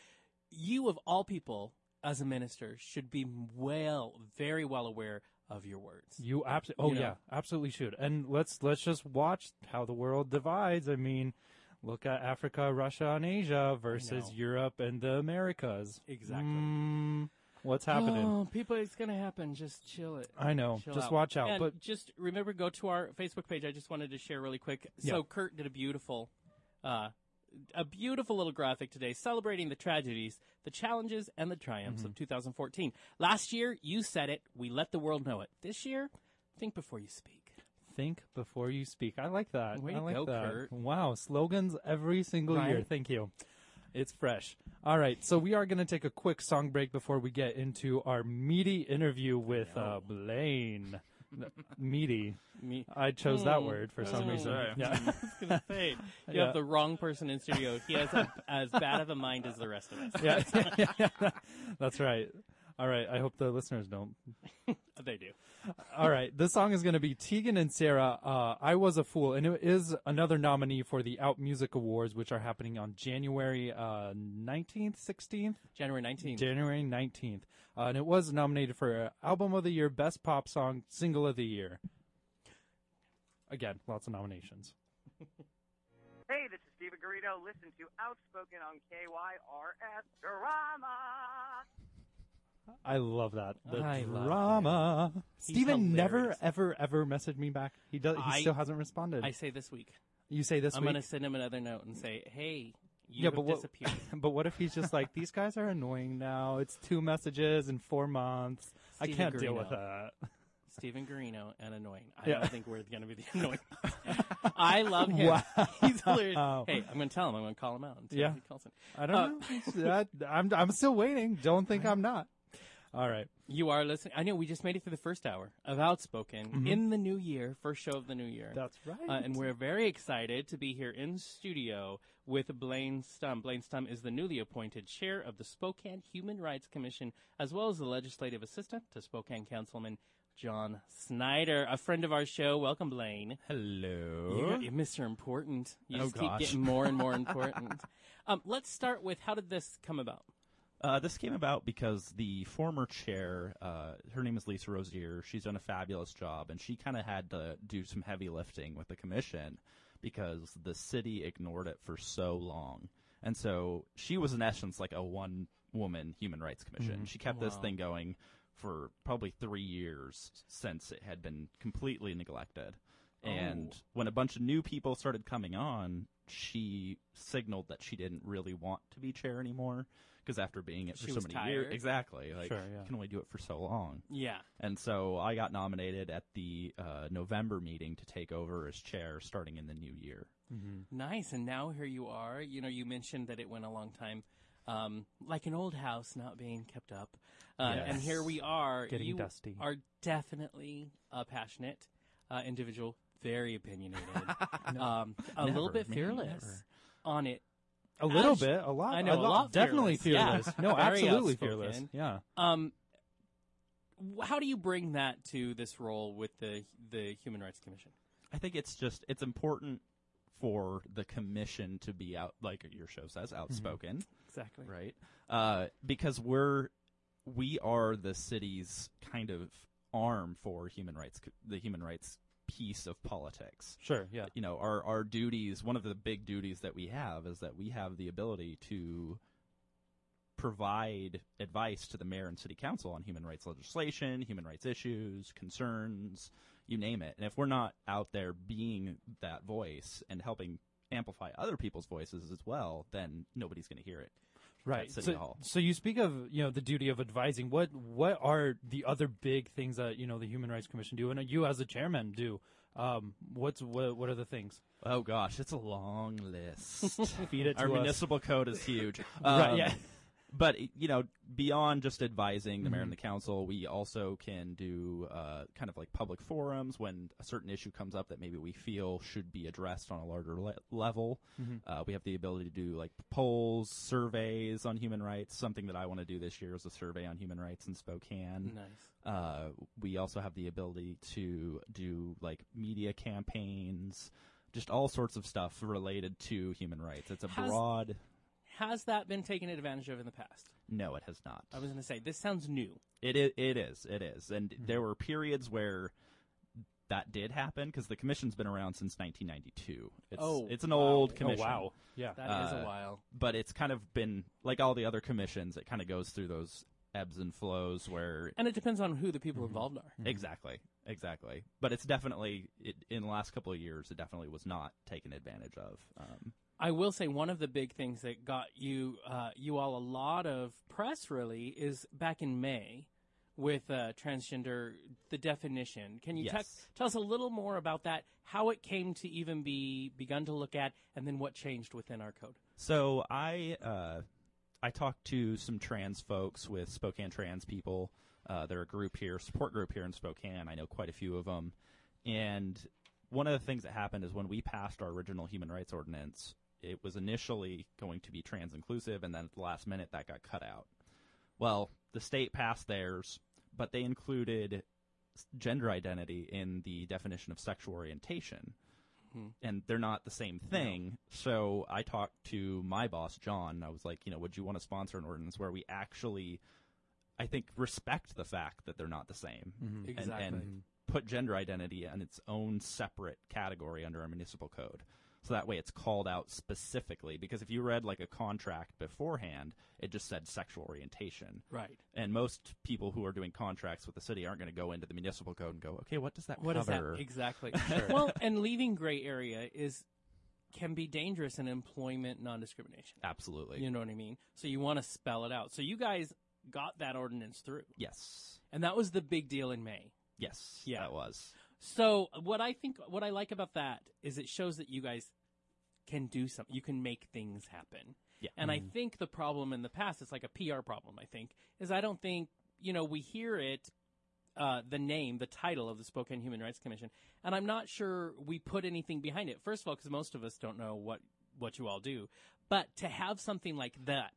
You, of all people, as a minister, should be well, very well aware of your words. you absolutely. Oh you know. yeah, absolutely should. And let's let's just watch how the world divides. I mean, look at Africa, Russia, and Asia versus know. Europe and the Americas. Exactly. Mm, what's happening? Oh, people, it's going to happen. Just chill it. I know. Chill just watch out. And but just remember, go to our Facebook page. I just wanted to share really quick. So Yeah. Kurt did a beautiful, uh, a beautiful little graphic today, celebrating the tragedies, the challenges, and the triumphs Mm-hmm. of 2014. Last year, you said it. We let the world know it. This year, think before you speak. think before you speak. I like that. Way I to like go, that. Kurt. Wow, slogans every single year. Right? Thank you. It's fresh. All right, so we are going to take a quick song break before we get into our meaty interview with uh, Blaine. [LAUGHS] N- meaty. Me. I chose that Mm. word for some Mm. [LAUGHS] reason. Sorry. Yeah. [LAUGHS] Hey, you Yeah. have the wrong person in studio. He has a, as bad of a mind as the rest of us. yeah. [LAUGHS] That's right. All right, I hope the listeners don't They do. All right, this song is going to be Tegan and Sarah. Uh, I was a fool, and it is another nominee for the Out Music Awards, which are happening on January uh, nineteenth, sixteenth, January 19th. January nineteenth, uh, and it was nominated for uh, Album of the Year, Best Pop Song, Single of the Year. Again, lots of nominations. Hey, this is Steve Garrido. Listen to Outspoken on KYRS Drama. I love that the I love drama. He's Steven never, hilarious. ever, ever messaged me back. He does. He I- still hasn't responded. I say this week. you say this I'm week. going to send him another note and say, hey, Yeah, you have but what- [LAUGHS] disappeared. But what if he's just like, these guys are annoying now. It's two messages in four months. I Steven can't deal Guarino. [LAUGHS] with that. Stephen Garino and annoying. I Yeah. don't think we're going to be the [LAUGHS] annoying. I love him. Wow. [LAUGHS] [LAUGHS] He's hilarious. Hey, uh, I'm going to tell him. I'm going to call him out. And see Oh. Yeah. if he calls in. I don't know. That- I'm I'm still waiting. Don't think I'm not. All right. You are listening. I know we just made it through the first hour of Outspoken Mm-hmm. in the new year, first show of the new year. That's right. Uh, and we're very excited to be here in studio with Blaine Stum. Blaine Stum is the newly appointed chair of the Spokane Human Rights Commission, as well as the legislative assistant to Spokane Councilman John Snyder, a friend of our show. Welcome, Blaine. Hello. You got- You're Mr. Important. You Oh, just keep gosh. getting more [LAUGHS] and more important. um, let's start with how did this come about? Uh, this came about because the former chair, uh, her name is Lisa Rosier. She's done a fabulous job, and she kind of had to do some heavy lifting with the commission because the city ignored it for so long. And so she was, in essence, like a one woman human rights commission. She kept this Mm-hmm. Wow. thing going for probably three years since it had been completely neglected. And Oh. when a bunch of new people started coming on, she signaled that she didn't really want to be chair anymore because after being it for She so was many tired. years, exactly, like Sure, yeah. you can only do it for so long. Yeah. And so I got nominated at the uh, November meeting to take over as chair starting in the new year. Nice. And now here you are. You know, you mentioned that it went a long time, um, like an old house not being kept up. Uh, And Yes. here we are. Getting you dusty. are definitely a passionate uh, individual, very [LAUGHS] opinionated, um, a little Never, bit man, fearless never. on it. a little Ouch. bit, a lot. I know, a lo- lot Definitely fearless. fearless. Yeah. No, Very absolutely outspoken. fearless. Yeah. Um, wh- how do you bring that to this role with the the Human Rights Commission? I think it's just it's important for the commission to be out like your show says outspoken. Exactly. right uh, because we're we are the city's kind of arm for human rights the human rights piece of politics Sure. Yeah. you know our our duties one of the big duties that we have is that we have the ability to provide advice to the mayor and city council on human rights legislation human rights issues concerns you name it and if we're not out there being that voice and helping amplify other people's voices as well then nobody's going to hear it Right. at City so, Hall. so you speak of you know the duty of advising. What what are the other big things that you know the Human Rights Commission do, and you as a chairman do? Um, what's what what are the things? Oh gosh, it's a long list. [LAUGHS] Feed it Our to us. municipal code is huge. [LAUGHS] Right, Um, yeah. But you know, beyond just advising the mayor Mm-hmm. and the council, we also can do uh, kind of like public forums when a certain issue comes up that maybe we feel should be addressed on a larger le- level. Mm-hmm. Uh, we have the ability to do like polls, surveys on human rights. Something that I want to do this year is a survey on human rights in Spokane. Nice. Uh, we also have the ability to do like media campaigns, just all sorts of stuff related to human rights. It's a Has- broad. Has that been taken advantage of in the past? No, it has not. I was Hmm. going to say this sounds new. It i- it is it is, and there were periods where that did happen because the commission's been around since 1992. It's, Oh, it's an wow. old Oh, Oh commission. wow. Yeah. That is a Uh, while. But it's kind of been like all the other commissions. It kind of goes through those ebbs and flows where And it depends on who the people mm-hmm. involved are. Mm-hmm. Exactly, exactly. But it's definitely it, in the last couple of years, it definitely was not taken advantage of. Um, I will say one of the big things that got you uh, you all a lot of press really is back in May with uh, transgender the definition. Can you Yes. te- tell us a little more about that? How it came to even be begun to look at, and then what changed within our code? so I uh, I talked to some trans folks with Spokane Trans people. Uh, they're a group here, support group here in Spokane. I know quite a few of them. And one of the things that happened is when we passed our original human rights ordinance, it was initially going to be trans inclusive, and then at the last minute that got cut out. Well, the state passed theirs, but they included s- gender identity in the definition of sexual orientation. And they're not the same thing. So I talked to my boss, John. I was like, you know, would you want to sponsor an ordinance where we actually, I think, respect the fact that they're not the same and- and, Mm-hmm. put gender identity in its own separate category under our municipal code? So that way it's called out specifically. Because if you read like a contract beforehand, it just said sexual orientation. Right. And most people who are doing contracts with the city aren't going to go into the municipal code and go, okay, what does that What is cover? that [LAUGHS] exactly? Well, and leaving gray area is can be dangerous in employment non-discrimination. Absolutely. You know what I mean? So you want to spell it out. So you guys got that ordinance through. Yes. And that was the big deal in May. Yes, Yeah. that was. So what I think, what I like about that is it shows that you guys can do something. You can make things happen. Yeah. And I think the problem in the past, it's like a PR problem. I think is I don't think you know we hear it, uh, the name, the title of the Spokane Human Rights Commission, and I'm not sure we put anything behind it. First of all, because most of us don't know what what you all do, but to have something like that.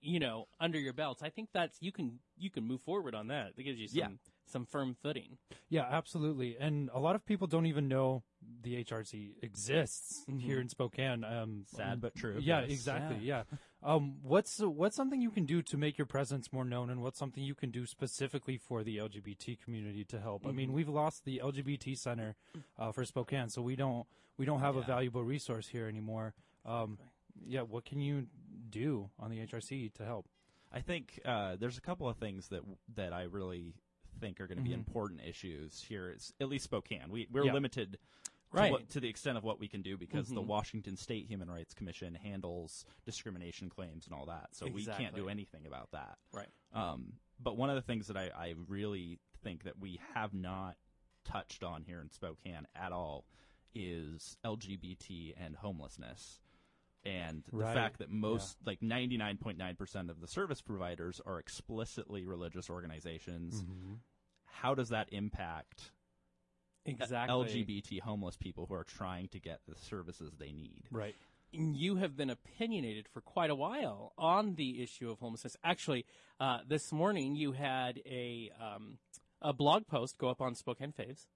You know, under your belts, I think that's you can you can move forward on that. That gives you some Yeah. some firm footing. Yeah, absolutely. And a lot of people don't even know the HRC exists Mhm. here in Spokane. Um, Sad but true. Yeah, Yes. exactly. Yeah. Um, what's what's something you can do to make your presence more known, and what's something you can do specifically for the LGBT community to help? I mean, we've lost the LGBT center uh, for Spokane, so we don't we don't have a valuable resource here anymore. Um, yeah, what can you do on the HRC to help? I think uh, there's a couple of things that that I really think are going to be Mm-hmm. Mhm. important issues here. It's at least Spokane. We we're Yeah. limited. to Right. what- to the extent of what we can do, because the Mhm. Washington State Human Rights Commission handles discrimination claims and all that, so we can't do Exactly. anything about that. Right. Um, but one of the things that I, I really think that we have not touched on here in Spokane at all is LGBT and homelessness. And the Right. fact that most, like 99.9% of the service providers are explicitly religious organizations. How does that impact Exactly. LGBT homeless people who are trying to get the services they need? Right. you have been opinionated for quite a while on the issue of homelessness. Actually, uh, this morning you had a um, a blog post go up on Spokane Faves,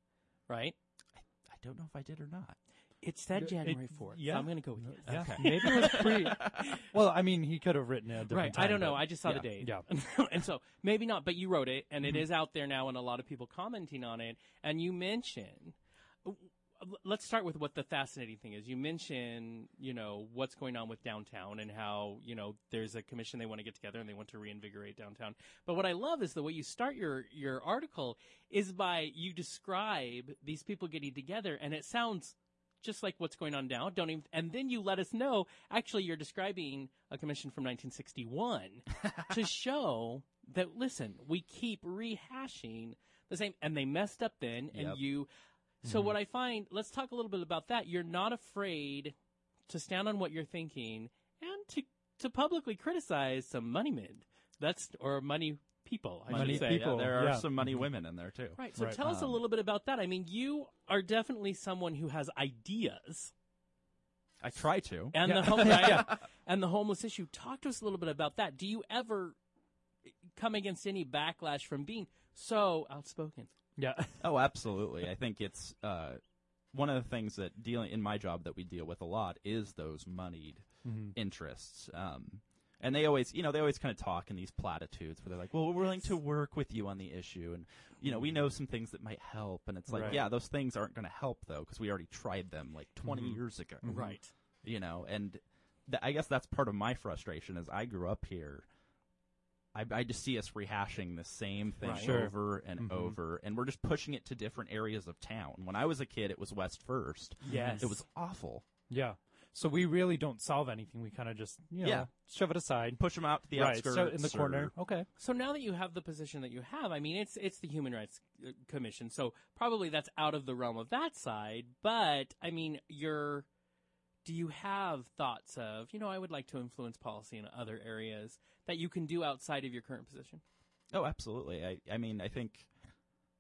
right? I don't know if I did or [LAUGHS] not. It said It- January it- 4th. yeah. I'm going to go with yes. Yeah. Maybe it was pre. well, I mean, he could have written it. At a different Right. I time, don't know. but- I just saw the yeah, date. yeah. [LAUGHS] and so maybe not, but you wrote it and it is out there now and a lot of people commenting on it. And you mention, let's start with what the fascinating thing is. You mention, you know, what's going on with downtown and how, you know, there's a commission they want to get together and they want to reinvigorate downtown. But what I love is the way you start your, your article is by you describe these people getting together and it sounds just like what's going on now. Don't even, and then you let us know. Actually, you're describing a commission from [LAUGHS] 1961 to show that listen, we keep rehashing the same, and they messed up then, and Yep. you. So Mm-hmm. what I find, let's talk a little bit about that. You're not afraid to stand on what you're thinking and to to publicly criticize some money men. That's or money people. I Money should say. Yeah, Mm-hmm. people, there are yeah. some money women in there too. Right. So Right. tell us a Um, little bit about that. I mean, you are definitely someone who has ideas I try to. and Yeah. [LAUGHS] the home, Yeah. and the homeless issue. Talk to us a little bit about that. Do you ever come against any backlash from being so outspoken? [LAUGHS] [LAUGHS] Yeah. Oh, absolutely. I think it's uh, one of the things that dealing in my job that we deal with a lot is those moneyed interests. Um, and they always, you know, they always kind of talk in these platitudes where they're like, "Well, we're willing to work with you on the issue, and you know, we know some things that might help." And it's like, Right. yeah, those things aren't going to help though because we already tried them like 20 years ago, You know, and th- I guess that's part of my frustration is I grew up here. I, I just see us rehashing the same thing Right. Sure. over and Mhm. over, and we're just pushing it to different areas of town. When I was a kid, it was West First. Yes. It was awful. Yeah. So we really don't solve anything. We kind of just, you know, Yeah. shove it aside. Push them out to the right. outskirts So in the or- corner. Okay. So now that you have the position that you have, I mean, it's it's the Human Rights uh, Commission, so probably that's out of the realm of that side. But I mean, you're do you have thoughts of you know I would like to influence policy in other areas that you can do outside of your current position? Oh, absolutely. I, I mean, I think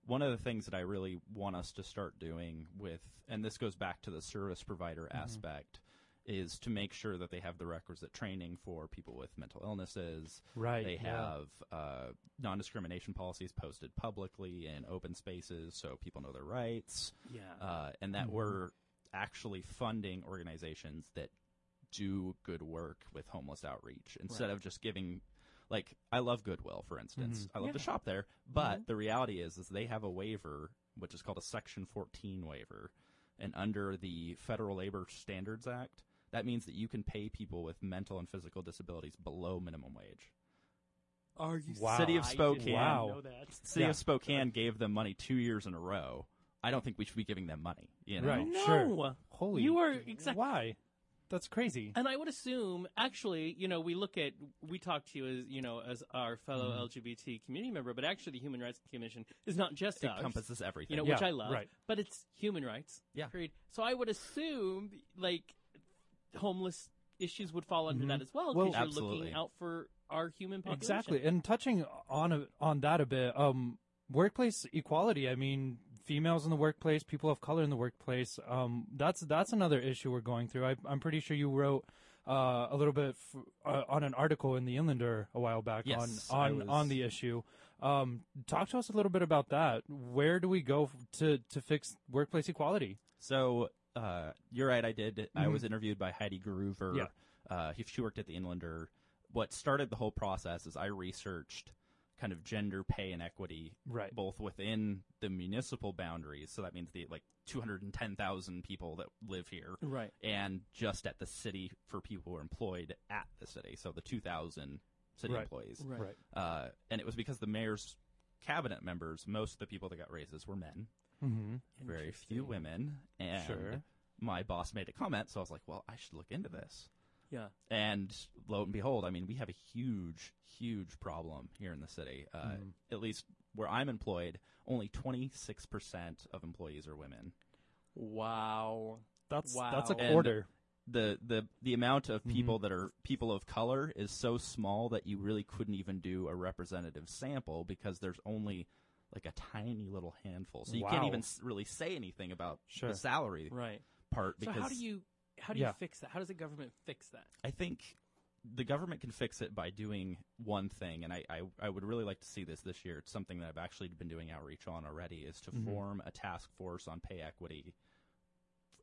one of the things that I really want us to start doing with, and this goes back to the service provider Mm-hmm. aspect, is to make sure that they have the requisite training for people with mental illnesses. Right. They yeah. have uh, non discrimination policies posted publicly in open spaces so people know their rights. Yeah. uh, and that Mhm. we're actually funding organizations that do good work with homeless outreach instead Right. of just giving like I love Goodwill for instance. I love to Yeah. shop there, but the reality is is they have a waiver which is called a section 14 waiver and under the Federal Labor Standards Act that means that you can pay people with mental and physical disabilities below minimum wage. Are you Wow. City of I did Spokane. not Wow. know that. City Yeah. of Spokane gave them money 2 years in a row. I don't think we should be giving them money, you know. Right. No. Sure. Holy. You are exactly. Why? that's crazy. And I would assume, actually, you know, we look at, we talk to you as, you know, as our fellow Mm-hmm. LGBT community member, but actually the Human Rights Commission is not just It us, encompasses everything. you know, Yeah, [LAUGHS] which I love, right. but it's human rights. Yeah. Period. So I would assume, like, homeless issues would fall under Mhm. that as well Well- because you're Mm-hmm. Absolutely. looking out for our human population. Exactly. And touching on a, on that a bit, um, workplace equality. I mean, females in the workplace, people of color in the workplace. Um, that's that's another issue we're going through. I, I'm pretty sure you wrote uh, a little bit f- uh, on an article in the Inlander a while back Yes, I on on was- on the issue. Um, talk to us a little bit about that. Where do we go f- to to fix workplace equality? So uh, you're right. I did. I Mhm. was interviewed by Heidi Groover. Yeah. Uh, she- she worked at the Inlander. What started the whole process is I researched kind of gender pay and equity, Right. both within the municipal boundaries. So that means the like 210,000 people that live here, Right. and just at the city for people who are employed at the city. So the 2,000 city Right. employees. Right. Right. Uh, and it was because the mayor's cabinet members, most of the people that got raises were men Mm-hmm. very few Interesting. women and Sure. my boss made a comment so i was like well i should look into this Yeah. and lo and behold i mean we have a huge huge problem here in the city uh, Mm-hmm. at least where i'm employed only 26% of employees are women Wow. That's that's a Wow. And- quarter. the the the amount of Mm-hmm. people that are people of color is so small that you really couldn't even do a representative sample because there's only like a tiny little handful so you can't Wow. even s- really say anything about Sure. the salary Right. part So because how do you how do you Yeah. fix that? How does the government fix that? I think the government can fix it by doing one thing, and I, I, I would really like to see this this year. It's something that I've actually been doing outreach on already, is to Mm-hmm. Mhm. form a task force on pay equity.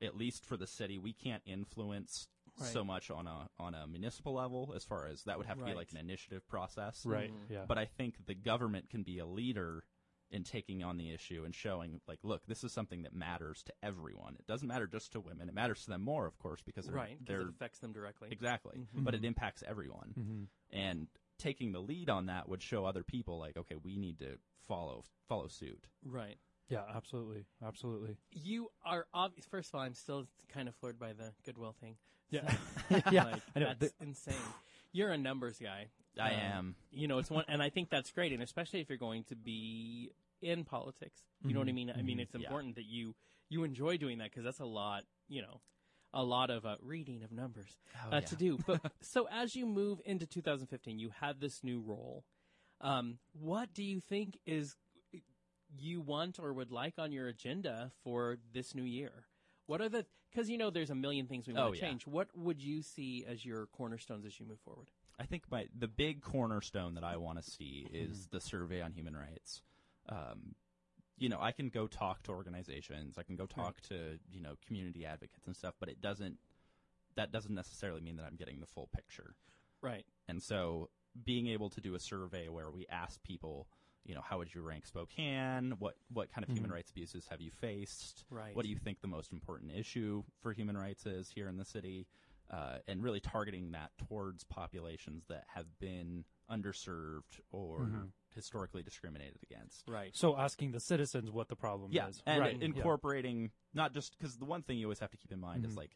At least for the city, we can't influence so Right. much on a on a municipal level as far as that would have to be like Right. an initiative process. Right. Mm. Yeah. But I think the government can be a leader in taking on the issue and showing like look this is something that matters to everyone it doesn't matter just to women it matters to them more of course because they're, Right. Because they're it affects them directly. Exactly. Mhm. But it impacts everyone. Mhm. And taking the lead on that would show other people like, okay, we need to follow follow suit. Right. Yeah. Absolutely. Absolutely. You are obvious. First of all, I'm still kind of floored by the Goodwill thing. Yeah. So, [LAUGHS] Yeah, like, I know. That's insane. You're a numbers guy. I Um, am. You know, it's one, and I think that's great, and especially if you're going to be in politics. You Mm-hmm. know what I mean? I mean, it's Yeah. important that you you enjoy doing that because that's a lot. You know, a lot of uh, reading of numbers Oh, uh, to do. [LAUGHS] But so as you move into 2015, you had this new role. Um, what do you think is you want or would like on your agenda for this new year? What are the because you know there's a million things we want Oh, to yeah. change. What would you see as your cornerstones as you move forward? I think my the big cornerstone that I want to see is the survey on human rights. Um, you know, I can go talk to organizations, I can go talk to you know community advocates and stuff, but it doesn't that doesn't necessarily mean that I'm getting the full picture. Right. And so being able to do a survey where we ask people, you know, how would you rank Spokane? What what kind of human rights abuses have you faced? Right. What do you think the most important issue for human rights is here in the city? Uh, and really targeting that towards populations that have been underserved or historically discriminated against. [CLEARS THROAT] Right. So asking the citizens what the problem Yeah, is. and right. incorporating not just because the one thing you always have to keep in mind is Mhm. like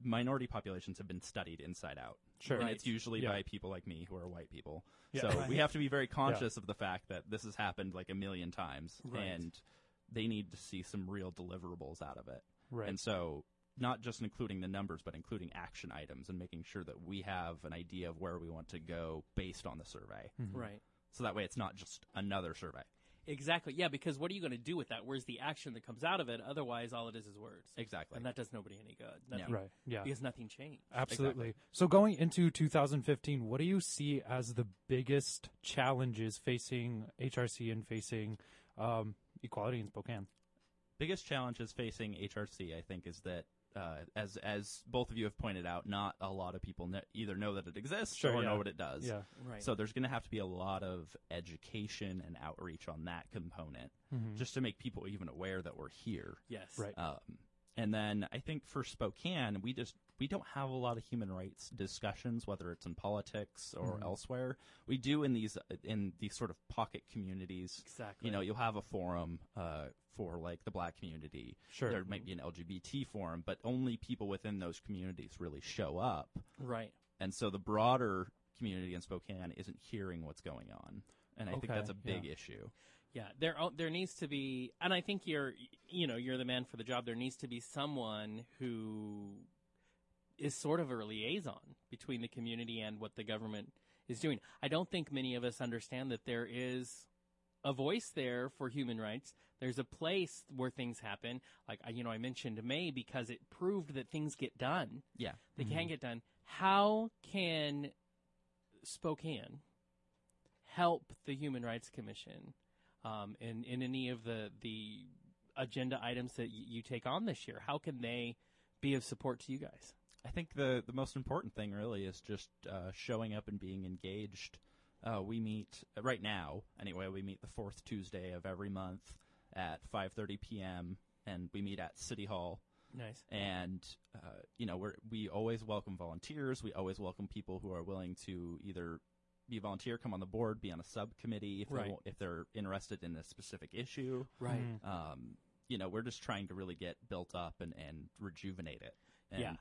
minority populations have been studied inside out. Sure. and Right. it's usually Yeah. by people like me who are white people. Yeah. So we have to be very conscious of the fact that this has happened like a million times, Right. and they need to see some real deliverables out of it. Right. And so not just including the numbers, but including action items and making sure that we have an idea of where we want to go based on the survey. Mm-hmm. Right. So that way, it's not just another survey. Exactly. Yeah. Because what are you going to do with that? Where's the action that comes out of it? Otherwise, all it is is words. Exactly. Uh, And that does nobody any good. No. Nothing, Right. Yeah. Because nothing changed. Absolutely. So going into 2015, what do you see as the biggest challenges facing HRC and facing um, equality in Spokane? biggest challenges facing HRC, I think, is that uh, as as both of you have pointed out, not a lot of people kn- either know that it exists Sure, or yeah. know what it does. Yeah. Right. So there's going to have to be a lot of education and outreach on that component, Mhm. just to make people even aware that we're here. yes. Right. Um, And then I think for Spokane, we just we don't have a lot of human rights discussions, whether it's in politics or Mhm. elsewhere. We do in these in these sort of pocket communities. Exactly. You know, you'll have a forum uh, for like the black community. Sure. There might be an LGBT forum, but only people within those communities really show up. right. And so the broader community in Spokane isn't hearing what's going on. And I think Okay, that's a yeah. big issue. Yeah, there o- there needs to be, and I think you're, you know, you're the man for the job. There needs to be someone who is sort of a liaison between the community and what the government is doing. I don't think many of us understand that there is a voice there for human rights. There's a place where things happen. Like I- you know, I mentioned May because it proved that things get done. Yeah. They can get done. How can Spokane help the Human Rights Commission um, in in any of the the agenda items that y- you take on this year? How can they be of support to you guys? I think the the most important thing really is just uh, showing up and being engaged. Uh, we meet right now, anyway. We meet the fourth Tuesday of every month at 5:30 p.m. and we meet at City Hall. Nice. And uh, you know, we're, we always welcome volunteers. We always welcome people who are willing to either be a volunteer, come on the board, be on a subcommittee if they Right. want- if they're interested in a specific issue. Right. Mhm. Um, you know, we're just trying to really get built up and, and rejuvenate it. And Yeah.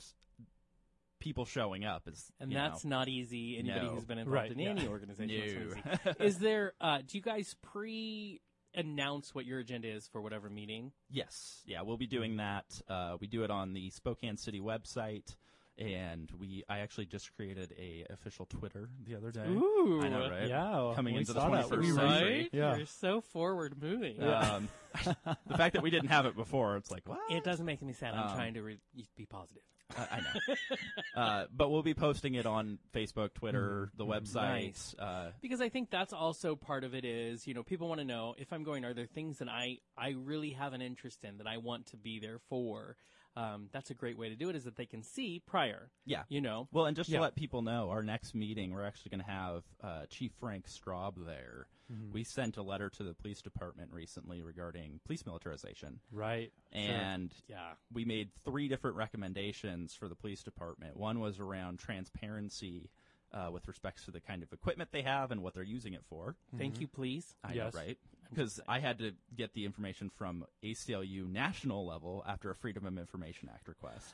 people showing up is And you that's know, not easy. Anybody No. who's been involved Right, in yeah. any organization, that's not easy. [LAUGHS] new. is there? Uh, do you guys pre announce what your agenda is for whatever meeting? yes, yeah, we'll be doing that. Uh, we do it on the Spokane City website, and we I actually just created a official Twitter the other day. Ooh, I know, right? Yeah, Coming we into the saw that. 21st We century. right? Yeah. You're so forward moving. Um, [LAUGHS] the fact that we didn't have it before, it's like what? [LAUGHS] It doesn't make me sad. I'm Um, trying to re- be positive. I, I know. uh, but we'll be posting it on Facebook, Twitter, the website. Mm-hmm. Nice. Uh, Because I think that's also part of it is, you know, people want to know if I'm going, are there things that I, I really have an interest in that I want to be there for? Um, that's a great way to do it is that they can see prior, yeah. you know? Well, and just Yeah. to let people know, our next meeting, we're actually going to have uh, Chief Frank Straub there. Mm-hmm. We sent a letter to the police department recently regarding police militarization, Right. and Yeah. we made three different recommendations for the police department. One was around transparency uh, with respect to the kind of equipment they have and what they're using it for. Thank you, please. Mm-hmm. I Yes. know, right? Because I had to get the information from ACLU national level after a Freedom of Information Act request.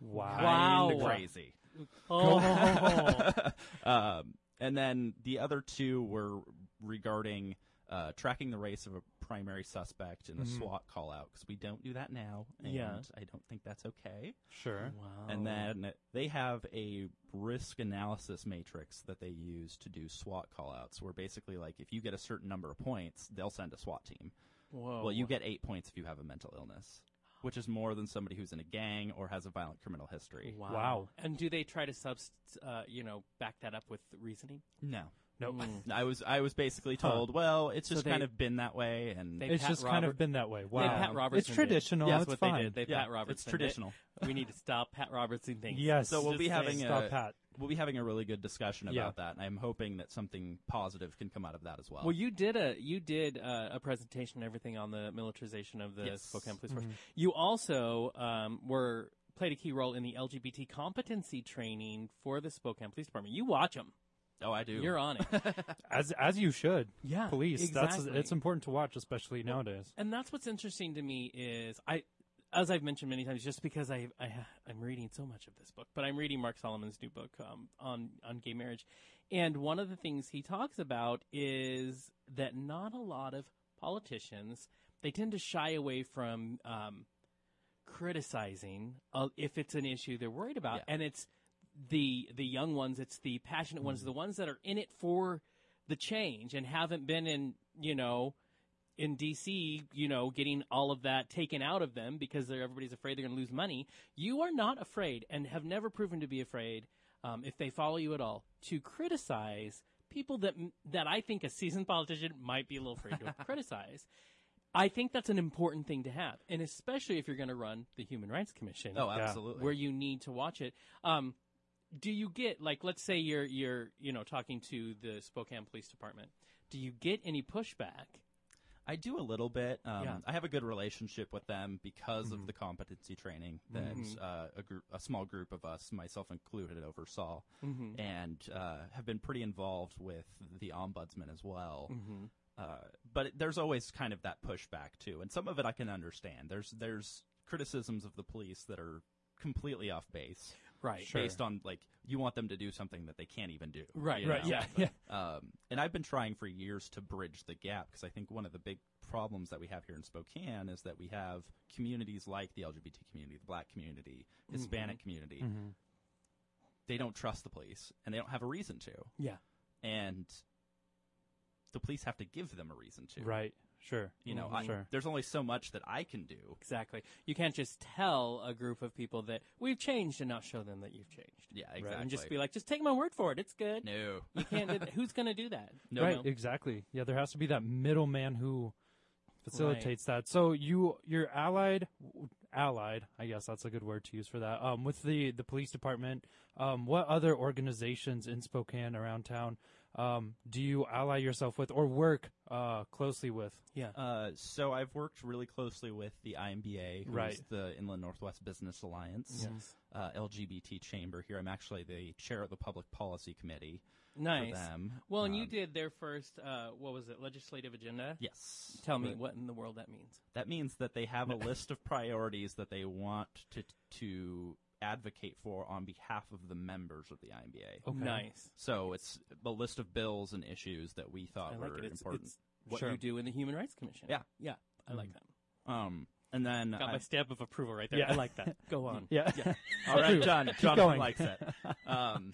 Wow. Wow. Kinda crazy. Oh, [LAUGHS] um, and then the other two were regarding uh, tracking the race of a primary suspect in a Mhm. SWAT call out because we don't do that now, and Yeah. Oh. I don't think that's okay. [LAUGHS] Sure. wow. And then they have a risk analysis matrix that they use to do SWAT call outs, where basically, like, if you get a certain number of points, they'll send a SWAT team. Whoa. Well, you get eight points if you have a mental illness, which is more than somebody who's in a gang or has a violent criminal history. Wow. Wow. And do they try to subst, uh, you know, back that up with reasoning? No. No. Mm. I was I was basically Huh. told, well, it's So just they- kind of been that way, and They It's Pat just kind Robert- of been that way. Wow. They Pat Robertson it's traditional. Yeah, Did. it's That's what fine. they did. They yeah, Pat Robertson. it's did. traditional. We need to stop Pat Robertson thing. Yes. So we'll be Just having saying. a Stop Pat. we'll be having a really good discussion about Yeah. that, and I'm hoping that something positive can come out of that as well. Well, you did a you did uh, a presentation and everything on the militarization of the Yes. Spokane Police Force. Mm-hmm. You also um, were played a key role in the LGBT competency training for the Spokane Police Department. You watch them. oh, I do. You're on [LAUGHS] it. [LAUGHS] As as you should. Yeah, Police. exactly. That's it's important to watch, especially nowadays. And that's what's interesting to me is I, as I've mentioned many times, just because I, I I'm reading so much of this book, but I'm reading Mark Solomon's new book um, on on gay marriage, and one of the things he talks about is that not a lot of politicians they tend to shy away from um, criticizing uh, if it's an issue they're worried about, Yeah. and it's the the young ones, it's the passionate ones, the ones that are in it for the change and haven't been in you know in DC, you know, getting all of that taken out of them because they're, everybody's afraid they're going to lose money. You are not afraid and have never proven to be afraid, um, if they follow you at all, to criticize people that that I think a seasoned politician might be a little afraid to criticize. I think that's an important thing to have, and especially if you're going to run the Human Rights Commission Oh, absolutely. where you need to watch it. Um, do you get like let's say you're you're you know talking to the Spokane Police Department? Do you get any pushback I do a little bit. Um, Yeah. I have a good relationship with them because Mhm. of the competency training that Mhm. uh, a, group, a small group of us, myself included, oversaw, Mm-hmm. and uh, have been pretty involved with the ombudsman as well. Mm-hmm. Uh, but it- there's always kind of that pushback too, and some of it I can understand. There's there's criticisms of the police that are completely off base, Right. Sure. based on like you want them to do something that they can't even do. Right. you Right. know? [LAUGHS] Yeah. Yeah. Um, and I've been trying for years to bridge the gap because I think one of the big problems that we have here in Spokane is that we have communities like the LGBT community, the black community, Mm-hmm. Hispanic community. They don't trust the police and they don't have a reason to. Yeah. And the police have to give them a reason to. Right. Sure. You know, I, Sure. there's only so much that I can do. Exactly. You can't just tell a group of people that we've changed and not show them that you've changed. Yeah, Right. exactly. And just be like, just take my word for it. It's good. no. You can't do that. Who's going to do that? [LAUGHS] No, right. no. Exactly. Yeah. There has to be that middleman who facilitates that. So you you're allied allied. I guess that's a good word to use for that. Um, with the the police department. Um, what other organizations in Spokane around town? Um, do you ally yourself with or work uh closely with? Yeah. [LAUGHS] Uh, so I've worked really closely with the IMBA, who's Right. the Inland Northwest Business Alliance, uh, LGBT chamber here. I'm actually the chair of the Public Policy Committee Nice. for them. Well, and you Um, did their first, uh, what was it, legislative agenda? Yes. Tell me But what in the world that means. That means that they [LAUGHS] have a list of priorities that they want to to advocate for on behalf of the members of the IMBA. Okay. Nice. So it's a list of bills and issues that we thought I were like it. It's, important. it's what Sure. you do in the Human Rights Commission. Yeah. Mm. Yeah. I like that. um, and then Got my I- stamp of approval right there. Yeah. I like [LAUGHS] that. Mm. Go on. Yeah. All right, True. John. John going. likes it. Um,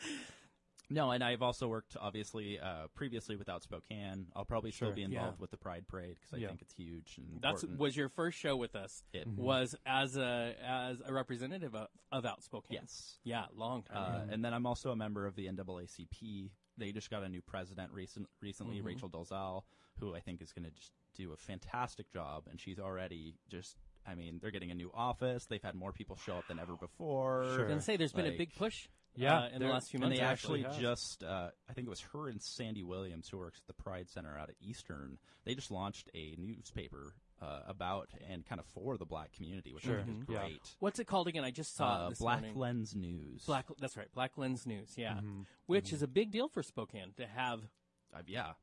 no, and I've also worked obviously uh, previously with Outspokane. I'll probably Sure. still be Yeah. involved with the Pride Parade because I Yeah. think it's huge and That's important. Mm-hmm. was your first show with us. It- Was as a as a representative of, of Outspoken. yes. Yeah, long time. Uh, ago. And then I'm also a member of the NAACP. They just got a new president recent, recently, Mhm. Rachel Dolezal, who I think is going to just do a fantastic job. And she's already just, I mean, they're getting a new office. They've had more people show up than ever before. Sure. I was gonna say there's been a Like- big push. Yeah, uh, in the there- last few and months. they actually actually has. just uh, i think it was her and sandy williams who works at the pride center out at eastern they just launched a newspaper uh, about and kind of for the black community which Sure. i think is Mhm. Yeah. great What's it called again? I just Mm-hmm. saw Uh, it this black morning. lens Mm-hmm. news Black. That's right. Black Lens News. Yeah, Mhm. which is a big deal for Spokane to have. Uh, yeah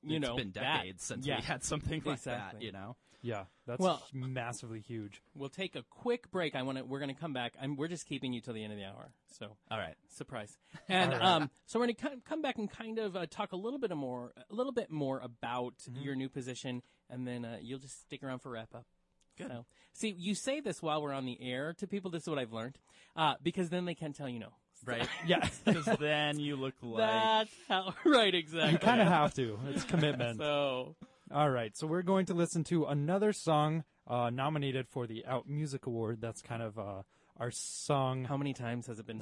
You it's know, been that. decades since Yeah. we had something like Exactly. that you know Yeah. That's Well- massively huge. We'll take a quick break. I want to. We're going to come back. I'm, we're just keeping you till the end of the hour. So [LAUGHS] all right surprise. [LAUGHS] And All right. um, so we're going to come back and kind of uh, talk a little bit more, a little bit more about Mm-hmm. your new position, and then uh, you'll just stick around for wrap up. Good. So, see, you say this while we're on the air to people. This is what I've learned, uh, because then they can't tell you no. right Yeah. because then you look like That's how. [LAUGHS] Right. Exactly. You kind of have to. It's commitment. [LAUGHS] So All right, so we're going to listen to another song uh, nominated for the Out Music Award. That's kind of uh, our song. uh, How many times has it been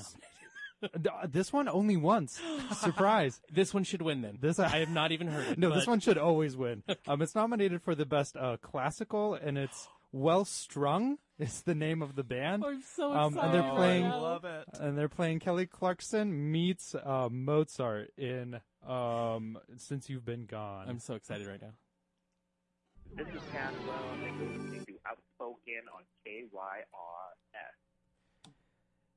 nominated? This one only once. [LAUGHS] Surprise. This one should win then. This- I have not even heard it. No, this but- one should always win. Um, it's nominated for the best uh, classical, and it's Well Strung is the name of the band. I'm so Um, excited. and they're right playing- I now. love it And they're playing Kelly Clarkson meets uh, Mozart in um, Since You've Been Gone. I'm so excited right now. This is Caswell, and you're listening to Outspoken on KYRS.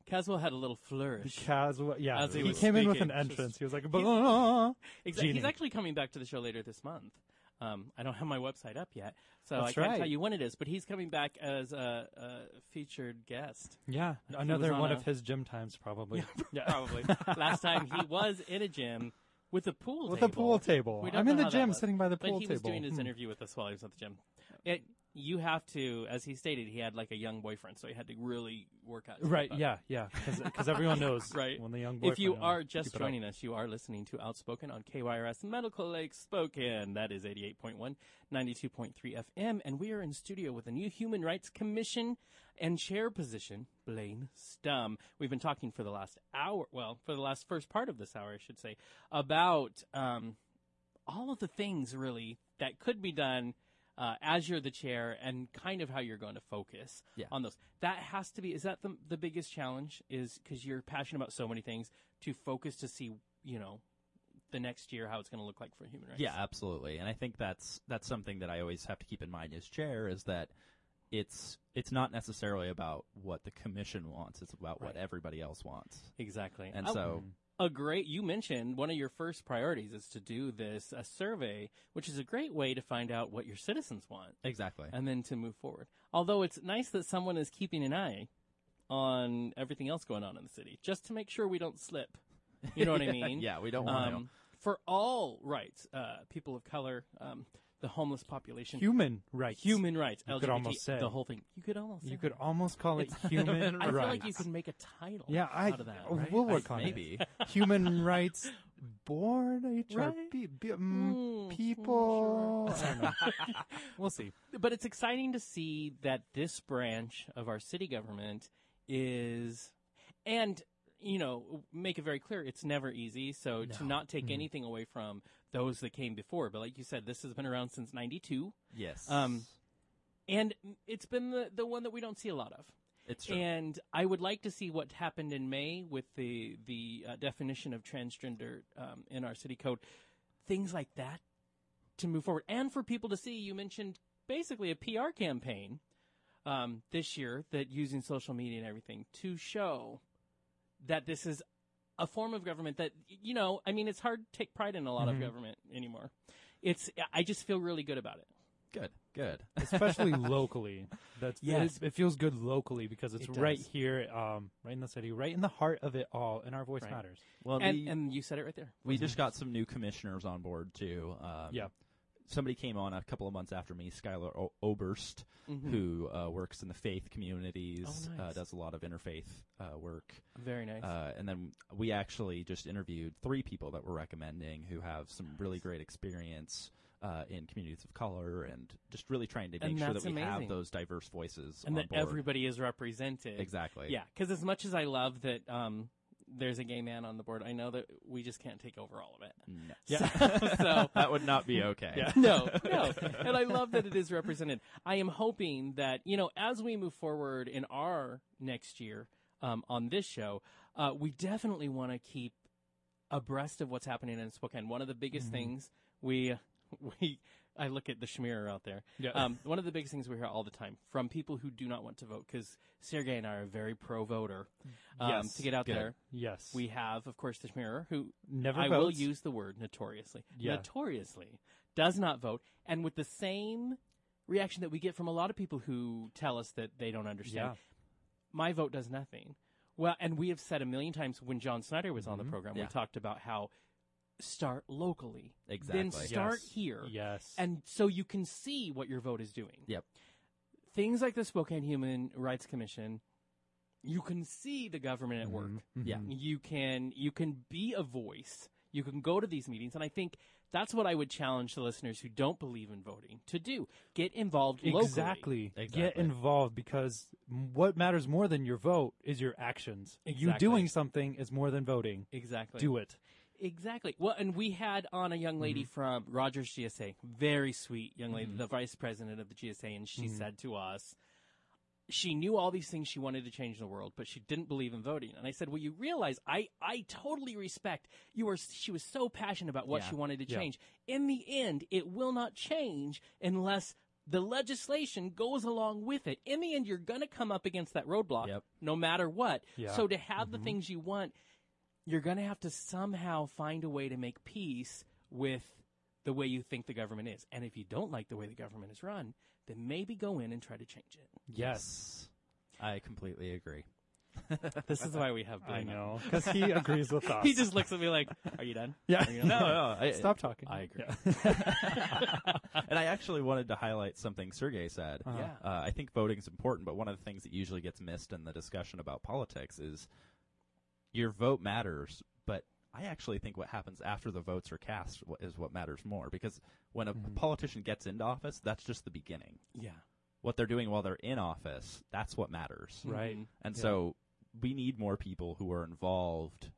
Caswell had a little flourish. because, yeah, As he, he came was in with an speaking, just- entrance. He was like, "Bah." Exactly. He's Genie. actually coming back to the show later this month. Um, I don't have my website up yet, so That's I can't right. tell you when it is. But he's coming back as a, a featured guest. Yeah, He was another on one a- of his gym times, probably. [LAUGHS] Yeah, Probably. Last time he was in a gym with a [LAUGHS] pool with table. a pool table. We don't I'm in the know how that gym, was. sitting by the But pool he table. was doing his Hmm. interview with us while he was at the gym. It, you have to, as he stated, he had like a young boyfriend, so he had to really work out. his Right? stuff. Yeah, yeah. Because everyone knows [LAUGHS] Right. when the young boy. If you are just joining us, you are listening to Outspoken on KYRS Medical Lake Spokane. That is 88.1, 92.3 FM. And we are in studio with a new Human Rights Commission and chair position, Blaine Stum. We've been talking for the last hour, well, for the last first part of this hour, I should say, about um, all of the things really that could be done uh, as you're the chair and kind of how you're going to focus Yeah. on those. That has to be is that the the biggest challenge is because you're passionate about so many things to focus to see you know the next year how it's going to look like for human rights. Yeah, absolutely. And I think that's that's something that I always have to keep in mind as chair is that it's it's not necessarily about what the commission wants; it's about what Right. Oh. everybody else wants. exactly. And I- so, a great you mentioned one of your first priorities is to do this a survey, which is a great way to find out what your citizens want exactly. and then to move forward. Although it's nice that someone is keeping an eye on everything else going on in the city just to make sure we don't slip. [LAUGHS] You know what I mean? [LAUGHS] yeah, we don't want Um, for all rights, uh, people of color, um, the homeless population, Human rights. human rights, You LGBT, could almost say. the whole thing. You could almost. say You could that. almost call [LAUGHS] it human I I rights. feel feel like you could make a title. yeah, I. out of that. oh, right? We'll work to on [LAUGHS] maybe. it. Human rights. Board HRP Right? b- mm, Mm, mm, people. sure. I [LAUGHS] don't know. we'll see. but it's exciting to see that this branch of our city government is and you know make it very clear it's never easy so to No. not take Mm. anything away from those that came before but like you said this has been around since 92 [LAUGHS] yes. um, and it's been the, the one that we don't see a lot of it's true. and I would like to see what happened in May with the the uh, definition of transgender um, in our city code, things like that, to move forward, and for people to see. You mentioned basically a PR campaign um, this year that using social media and everything to show that this is a form of government that you know. I mean, it's hard to take pride in a lot Mhm. of Mm-hmm. government anymore. It's I just feel really good about it. good. [LAUGHS] Good. especially locally. That's Yes. it, it feels good locally because it's It right does. here, um, right in the city, right in the heart of it all, and our voice Right. matters. Well, And, the- and you said it right there. We just got some new commissioners on board too. Um, Yeah. Somebody came on a couple of months after me, Skylar o- Oberst, Mhm. who uh, works in the faith communities, Oh, uh, nice. does a lot of interfaith uh, work. Very nice. Uh, and then we actually just interviewed three people that we're recommending who have some really great experience uh, in communities of color and just really trying to make And sure that that's we have amazing. those diverse voices and on that board. everybody is represented. exactly. Yeah, because as much as I love that um, there's a gay man on the board, I know that we just can't take over all of it. No. [LAUGHS] So, [LAUGHS] so Mm. that would not be okay. [LAUGHS] [LAUGHS] no, no. And I love that it is represented. I am hoping that, you know, as we move forward in our next year um, on this show, uh, we definitely want to keep abreast of what's happening in Spokane. One of the biggest Mhm. things we, [LAUGHS] we, I look at the schmear out there. Yeah. Um, one of the biggest things we hear all the time from people who do not want to vote, because Sergey and I are very pro voter. Um, Yes, to get out good. there, yes, we have, of course, the schmearer who never. I votes. will use the word notoriously. Yeah. Notoriously does not vote, and with the same reaction that we get from a lot of people who tell us that they don't understand, Yeah. my vote does nothing. Well, and we have said a million times when John Snyder was on the Mm-hmm. Mhm. program, Yeah. we talked about how start locally, Exactly. then start Yes. here, Yes, and so you can see what your vote is doing. Yep. Things like the Spokane Human Rights Commission, you can see the government at work Mhm. Yeah. Mhm. you can you can be a voice you can go to these meetings and i think that's what i would challenge the listeners who don't believe in voting to do get involved locally. Exactly. Get Exactly. involved because m- what matters more than your vote is your actions. You Exactly. doing something is more than voting. exactly Do it. exactly well and we had on a young lady from rogers gsa very sweet young lady the vice president of the gsa and she Mhm. said to us she knew all these things she wanted to change in the world, but she didn't believe in voting. And I said, "Well, you realize I I totally respect you were she was so passionate about what Yeah. she wanted to Yeah. change. In the end, it will not change unless the legislation goes along with it. In the end, you're going to come up against that roadblock Yep. no matter what. Yeah. So to have the Mhm. things you want, you're going to have to somehow find a way to make peace with the way you think the government is. And if you don't like the way the government is run, then maybe go in and try to change it. Yes. I completely agree. [LAUGHS] This is why we have [LAUGHS] Blue I Mountain. know because he agrees with us. [LAUGHS] He just looks at me like, "Are you done?" yeah. Are you No, no. I, [LAUGHS] Stop talking. I agree. Yeah. [LAUGHS] [LAUGHS] and I actually wanted to highlight something Sergey said. Uh-huh. Yeah. Uh, I think voting is important, but one of the things that usually gets missed in the discussion about politics is your vote matters, but I actually think what happens after the votes are cast wh- is what matters more because when a Mhm. politician gets into office, that's just the beginning. Yeah. What they're doing while they're in office, that's what matters. Right. Mhm. And Yeah. so we need more people who are involved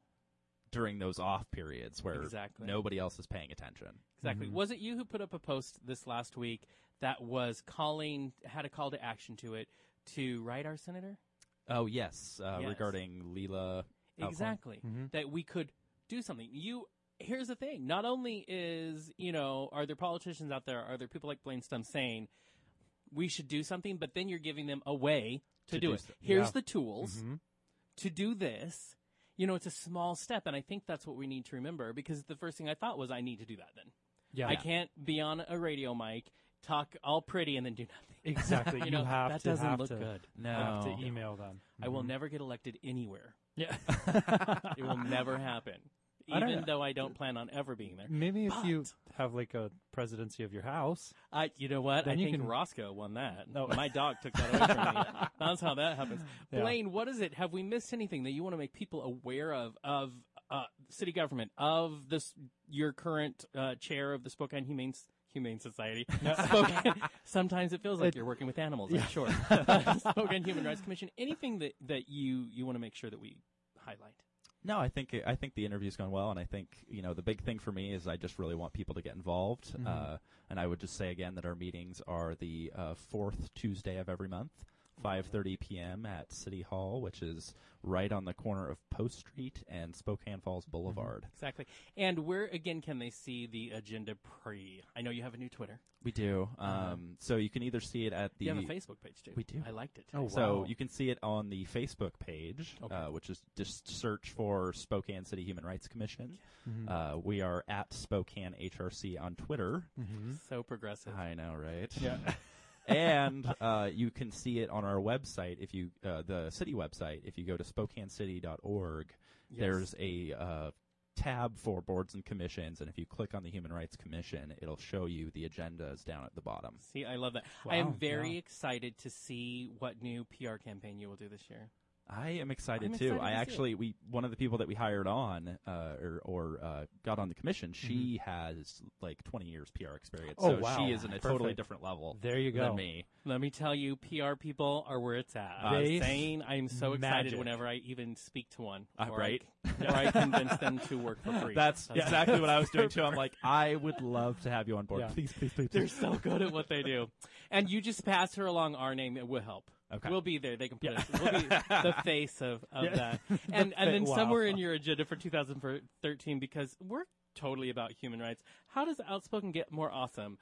during those off periods where Exactly. nobody else is paying attention. Exactly. Mhm. Was it you who put up a post this last week that was calling had a call to action to it to write our senator? Oh yes, uh, Yes. regarding Leela. Alcorn. [LAUGHS] Exactly. Mhm. That we could do something. You here's the thing. Not only is, you know, are there politicians out there, are there people like Blaine Stump saying we should do something, but then you're giving them a way to, To do, do it. so- Here's yeah. the tools Mhm. to do this. You know, it's a small step, and I think that's what we need to remember because the first thing I thought was I need to do that then. Yeah. I can't be on a radio mic, talk all pretty, and then do nothing. Exactly. [LAUGHS] You You, know, have that to doesn't have look to, good. Have No. to email them. I will Mhm. never get elected anywhere. Yeah. Mm-hmm. [LAUGHS] It [LAUGHS] will never happen. I don't Even know. though I don't plan on ever being there. Maybe if you But- have like a presidency of your house. I, you know what? I Then you think can- Roscoe won that. No. My dog took that away from me. [LAUGHS] That's how that happens. Yeah. Blaine, what is it? Have we missed anything that you want to make people aware of of uh, city government of this your current uh, chair of the Spokane Humane Humane Society? Spokane, sometimes it feels like It- you're working with animals. I'm Yeah. sure. [LAUGHS] Spokane Human Rights Commission. Anything that that you you want to make sure that we highlight? No, I think I think the interview's gone well, and I think you know the big thing for me is I just really want people to get involved. Mm-hmm. Uh, and I would just say again that our meetings are the uh, fourth Tuesday of every month, Mm-hmm. five thirty p.m. at City Hall, which is right on the corner of Post Street and Spokane Falls Boulevard. Exactly. And where again can they see the agenda pre? I know you have a new Twitter. We do. Um, so you can either see it at the Uh-huh. you have a Facebook page too. We do. I liked it. Oh, So Wow. you can see it on the Facebook page, Okay. uh, which is just search for Spokane City Human Rights Commission. Mm-hmm. Uh, we are at Spokane HRC on Twitter. Hmm? Mm-hmm. So progressive. I know, right? Yeah. [LAUGHS] and uh, you can see it on our website if you uh, the city website if you go to SpokaneCity.org. There's a uh, tab for boards and commissions, and if you click on the Human Rights Commission, it'll show you the agendas down at the bottom. See, I love that. I am Wow, very yeah. excited to see what new PR campaign you will do this year. I am excited I'm too. excited I to see it. actually we one of the people that we hired on uh, or or uh, got on the commission. She has like 20 years PR experience, Oh, so wow. she is in a totally Perfect. different level There you go. than me. Let me tell you, PR people are where it's at. I'm They- saying I'm so excited Magic. whenever I even speak to one, Uh, or [LAUGHS] right? I, or I convince them to work for free. That's That's- exactly what I was [LAUGHS] doing too. I'm like, I would love to have you on board. Yeah. Please, please, please, They're please. so good at what they do. And you just pass her along our name. It will help. Okay. We'll be there. They can put us. We'll be the [LAUGHS] face of, of that. [LAUGHS] And, and then fa- wow. somewhere in your agenda for 2013, because we're totally about human rights, how does Outspoken get more awesome?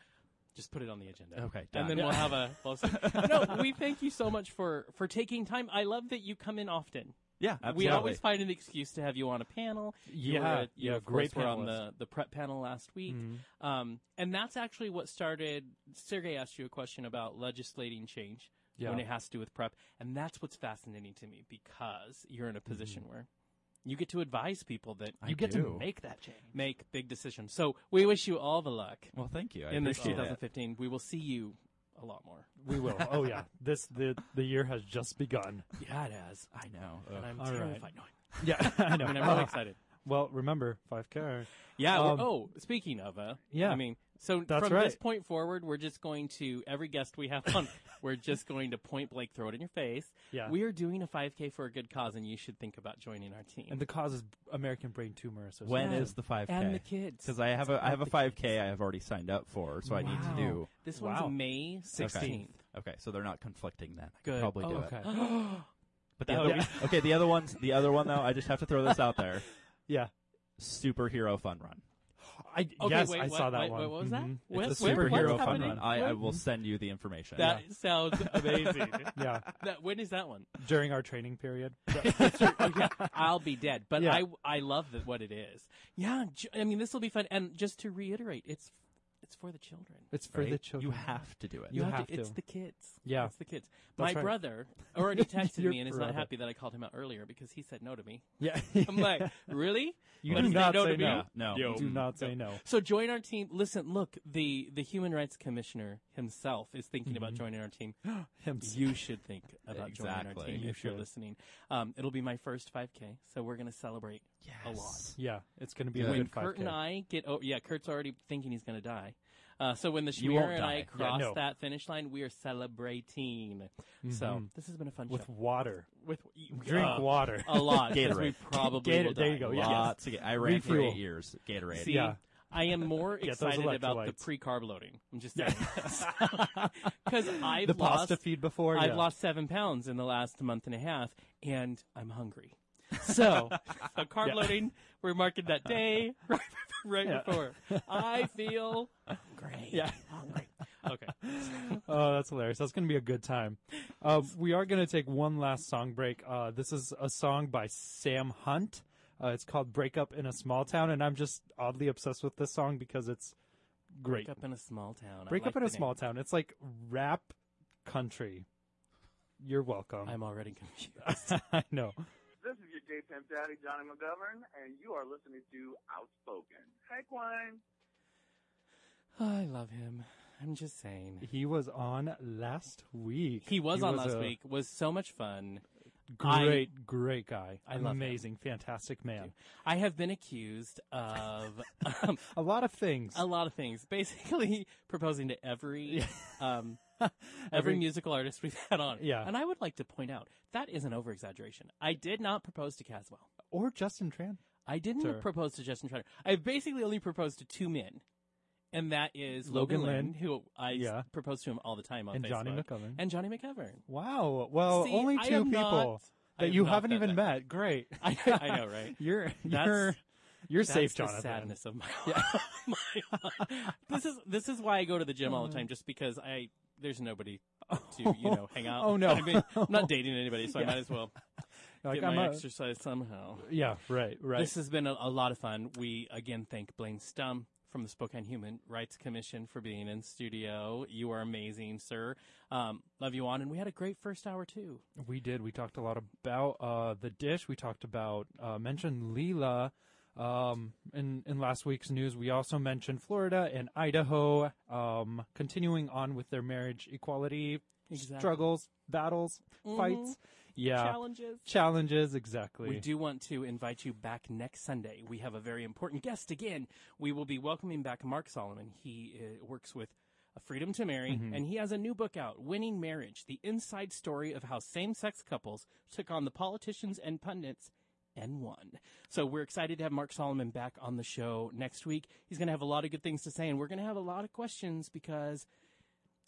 Just put it on the agenda. Okay, done. And then [LAUGHS] we'll [LAUGHS] have a. we'll see. no, we thank you so much for, for taking time. I love that you come in often. Yeah, absolutely. We always find an excuse to have you on a panel. You Yeah, were, you yeah, of course great were on panelist. the, the prep panel last week. Mm-hmm. Um, and that's actually what started. Sergey asked you a question about legislating change Yeah. when it has to do with prep. And that's what's fascinating to me because you're in a position where you get to advise people that I you get do. to make that change, make big decisions. So we wish you all the luck Well, thank you. I in this appreciate that. 2015. We will see you a lot more. We will. Oh [LAUGHS] yeah. This the the year has just begun. Yeah, it has. I know. And I'm All right. terrified. No, Yeah, I know. [LAUGHS] I mean, I'm really Uh, excited. well, remember five car. Yeah. Um, we're- oh, speaking of, uh, Yeah. I mean, so That's from this right. point forward, we're just going to every guest we [LAUGHS] have on, we're just going to point blank throw it in your face. Yeah. We are doing a 5K for a good cause, and you should think about joining our team. And the cause is American Brain Tumor Association. When Yeah. is the 5K? And the kids. Because I have a I have a 5K I have already signed up for, so I need to Wow. do. this Wow. one's May 16th. Okay, so they're not conflicting then. I Good. could probably do Oh, it. okay. But the other, okay, the other one's the other one though. I just have to throw this out there. Yeah. Superhero fun run. I Okay, yes, wait, I what, saw that wait, one. What was that? Mhm. What- It's a where- what's superhero fun happening? run. I, I Where- will send you the [GASPS] information. [LAUGHS] That sounds amazing. Yeah, that, when is that one? during our training period. oh, yeah, I'll be dead. But Yeah. I I love that what it is. Yeah, j- I mean this will be fun. And just to reiterate, it's it's for the children. It's for right? the children. You have to do it. You have It's to. the kids. Yeah. it's the kids. That's My right. brother [LAUGHS] already texted Your me and is not brother. happy that I called him out earlier because he said no to me. [LAUGHS] Yeah. I'm [LAUGHS] like, really? you Let's do not no say to me? no. No. You do not say no. So join our team. Listen, look, the the human rights commissioner himself is thinking about Mm-hmm. joining our team. Himself. You should think about joining our Exactly. team You if you're should. listening. Um, it'll be my first 5K, so we're going to celebrate a lot. Yes. [LAUGHS] Yeah, it's going to be a Good. when good Kurt 5K. and I get oh yeah, Kurt's already thinking he's gonna die. Uh, so when the You won't Schmear and I die. Yeah, cross no. that finish line, we are celebrating. Mm-hmm. So this has been a fun with show. water. With Drink uh, water. [LAUGHS] a lot. 'cause We Gatorade. [LAUGHS] probably Gator- will there you die. go, yeah. Lots of ga- I ran for Refuel. eight years. Gatorade. See, Yeah. I am more [LAUGHS] those excited about the electrolytes. pre-carb loading. I'm just [LAUGHS] saying because I've the lost [LAUGHS] pasta feed before. I've Oh, yeah. lost seven pounds in the last month and a half, and I'm hungry. [LAUGHS] So, uh, carb Yeah. loading, we're marking [LAUGHS] that day right, right Yeah. before. [LAUGHS] I feel great. Yeah. Hungry. Okay. [LAUGHS] oh, that's hilarious. That's going to be a good time. Uh, we are going to take one last song break. Uh, this is a song by Sam Hunt. Uh, it's called Break Up in a Small Town, and I'm just oddly obsessed with this song because it's great. Break up in a small town. I Break like Up in the a name. Small Town. It's like rap country. You're welcome. I'm already [LAUGHS] confused. I know. This is your J Pimp Daddy, Johnny McGovern, and you are listening to Outspoken. Hey, Quine. I love him. I'm just saying. He was on last week. He was on last a week. Was so much fun. I- Great, great guy. I love him. Amazing, fantastic man. I have been accused [LAUGHS] of um, A lot of things. a lot of things. [LAUGHS] Basically, proposing to every um, [LAUGHS] every musical artist we've had on. Yeah. And I would like to point out that is an over exaggeration. I did not propose to Caswell. or Justin Tran. I didn't Sure. propose to Justin Trotter. I basically only proposed to two men, and that is Logan Logan, Lynn, Lynn. who I s- Yeah. propose to him all the time on And Facebook, Johnny McGovern. and Johnny McGovern. Wow. Well, See, only I two am people not- I that am you not haven't that even bad. met. Great. [LAUGHS] I, I know, right? [LAUGHS] You're That's- you're you're That's safe, the Jonathan. sadness of my, [LAUGHS] [LAUGHS] my life. This is this is why I go to the gym all Mm-hmm. the time, just because I there's nobody to you [LAUGHS] know hang out. Oh, no. I mean, I'm [LAUGHS] not dating anybody, so I Yeah. might as well [LAUGHS] Like, get I'm my a- exercise somehow. yeah. Right. Right. This has been a, a lot of fun. We again thank Blaine Stum from the Spokane Human Rights Commission for being in studio. You are amazing, sir. Um, love you on, and we had a great first hour too. we did. We talked a lot about uh, the dish. We talked about uh, mentioned Leela. Um, in in last week's news, we also mentioned Florida and Idaho. Um, continuing on with their marriage equality Exactly. Mm-hmm. struggles, battles, fights. Yeah. Challenges. Challenges, exactly. We do want to invite you back next Sunday. We have a very important guest again. We will be welcoming back Mark Solomon. He uh, works with Freedom to Marry, and he has a new book out, Winning Marriage The Inside Story of How Same Sex Couples Took on the Politicians and Pundits and Won. So we're excited to have Mark Solomon back on the show next week. He's going to have a lot of good things to say, and we're going to have a lot of questions because.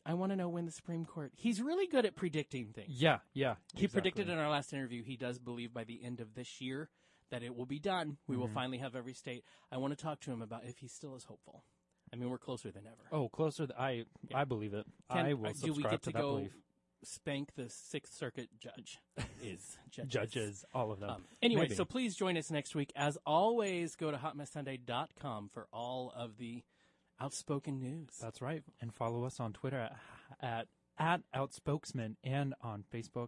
I want to know when the Supreme Court. He's really good at predicting things. Yeah, yeah. He predicted exactly. in our last interview he does believe by the end of this year that it will be done. We Mm-hmm. will finally have every state. I want to talk to him about if he still is hopeful. I mean, we're closer than ever. Oh, closer. Th- I I believe it. Can- I uh, will do subscribe we get to, that go belief. spank the Sixth Circuit [LAUGHS] judge? Is judges. Judges, all of them. Um, anyway, Maybe. so please join us next week. As always, go to hotmesssunday.com for all of the outspoken news. that's right. And follow us on Twitter at at, at outspokesman and on Facebook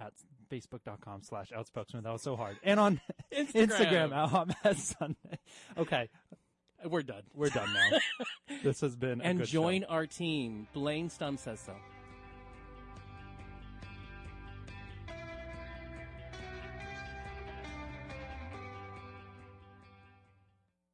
at facebook.com slash outspokesman. That was so hard. And on [LAUGHS] Instagram, [LAUGHS] Oh, at hot mess Sunday. Okay, We're done. [LAUGHS] we're done now. this has been a and good join show. our team. Blaine Stum says so.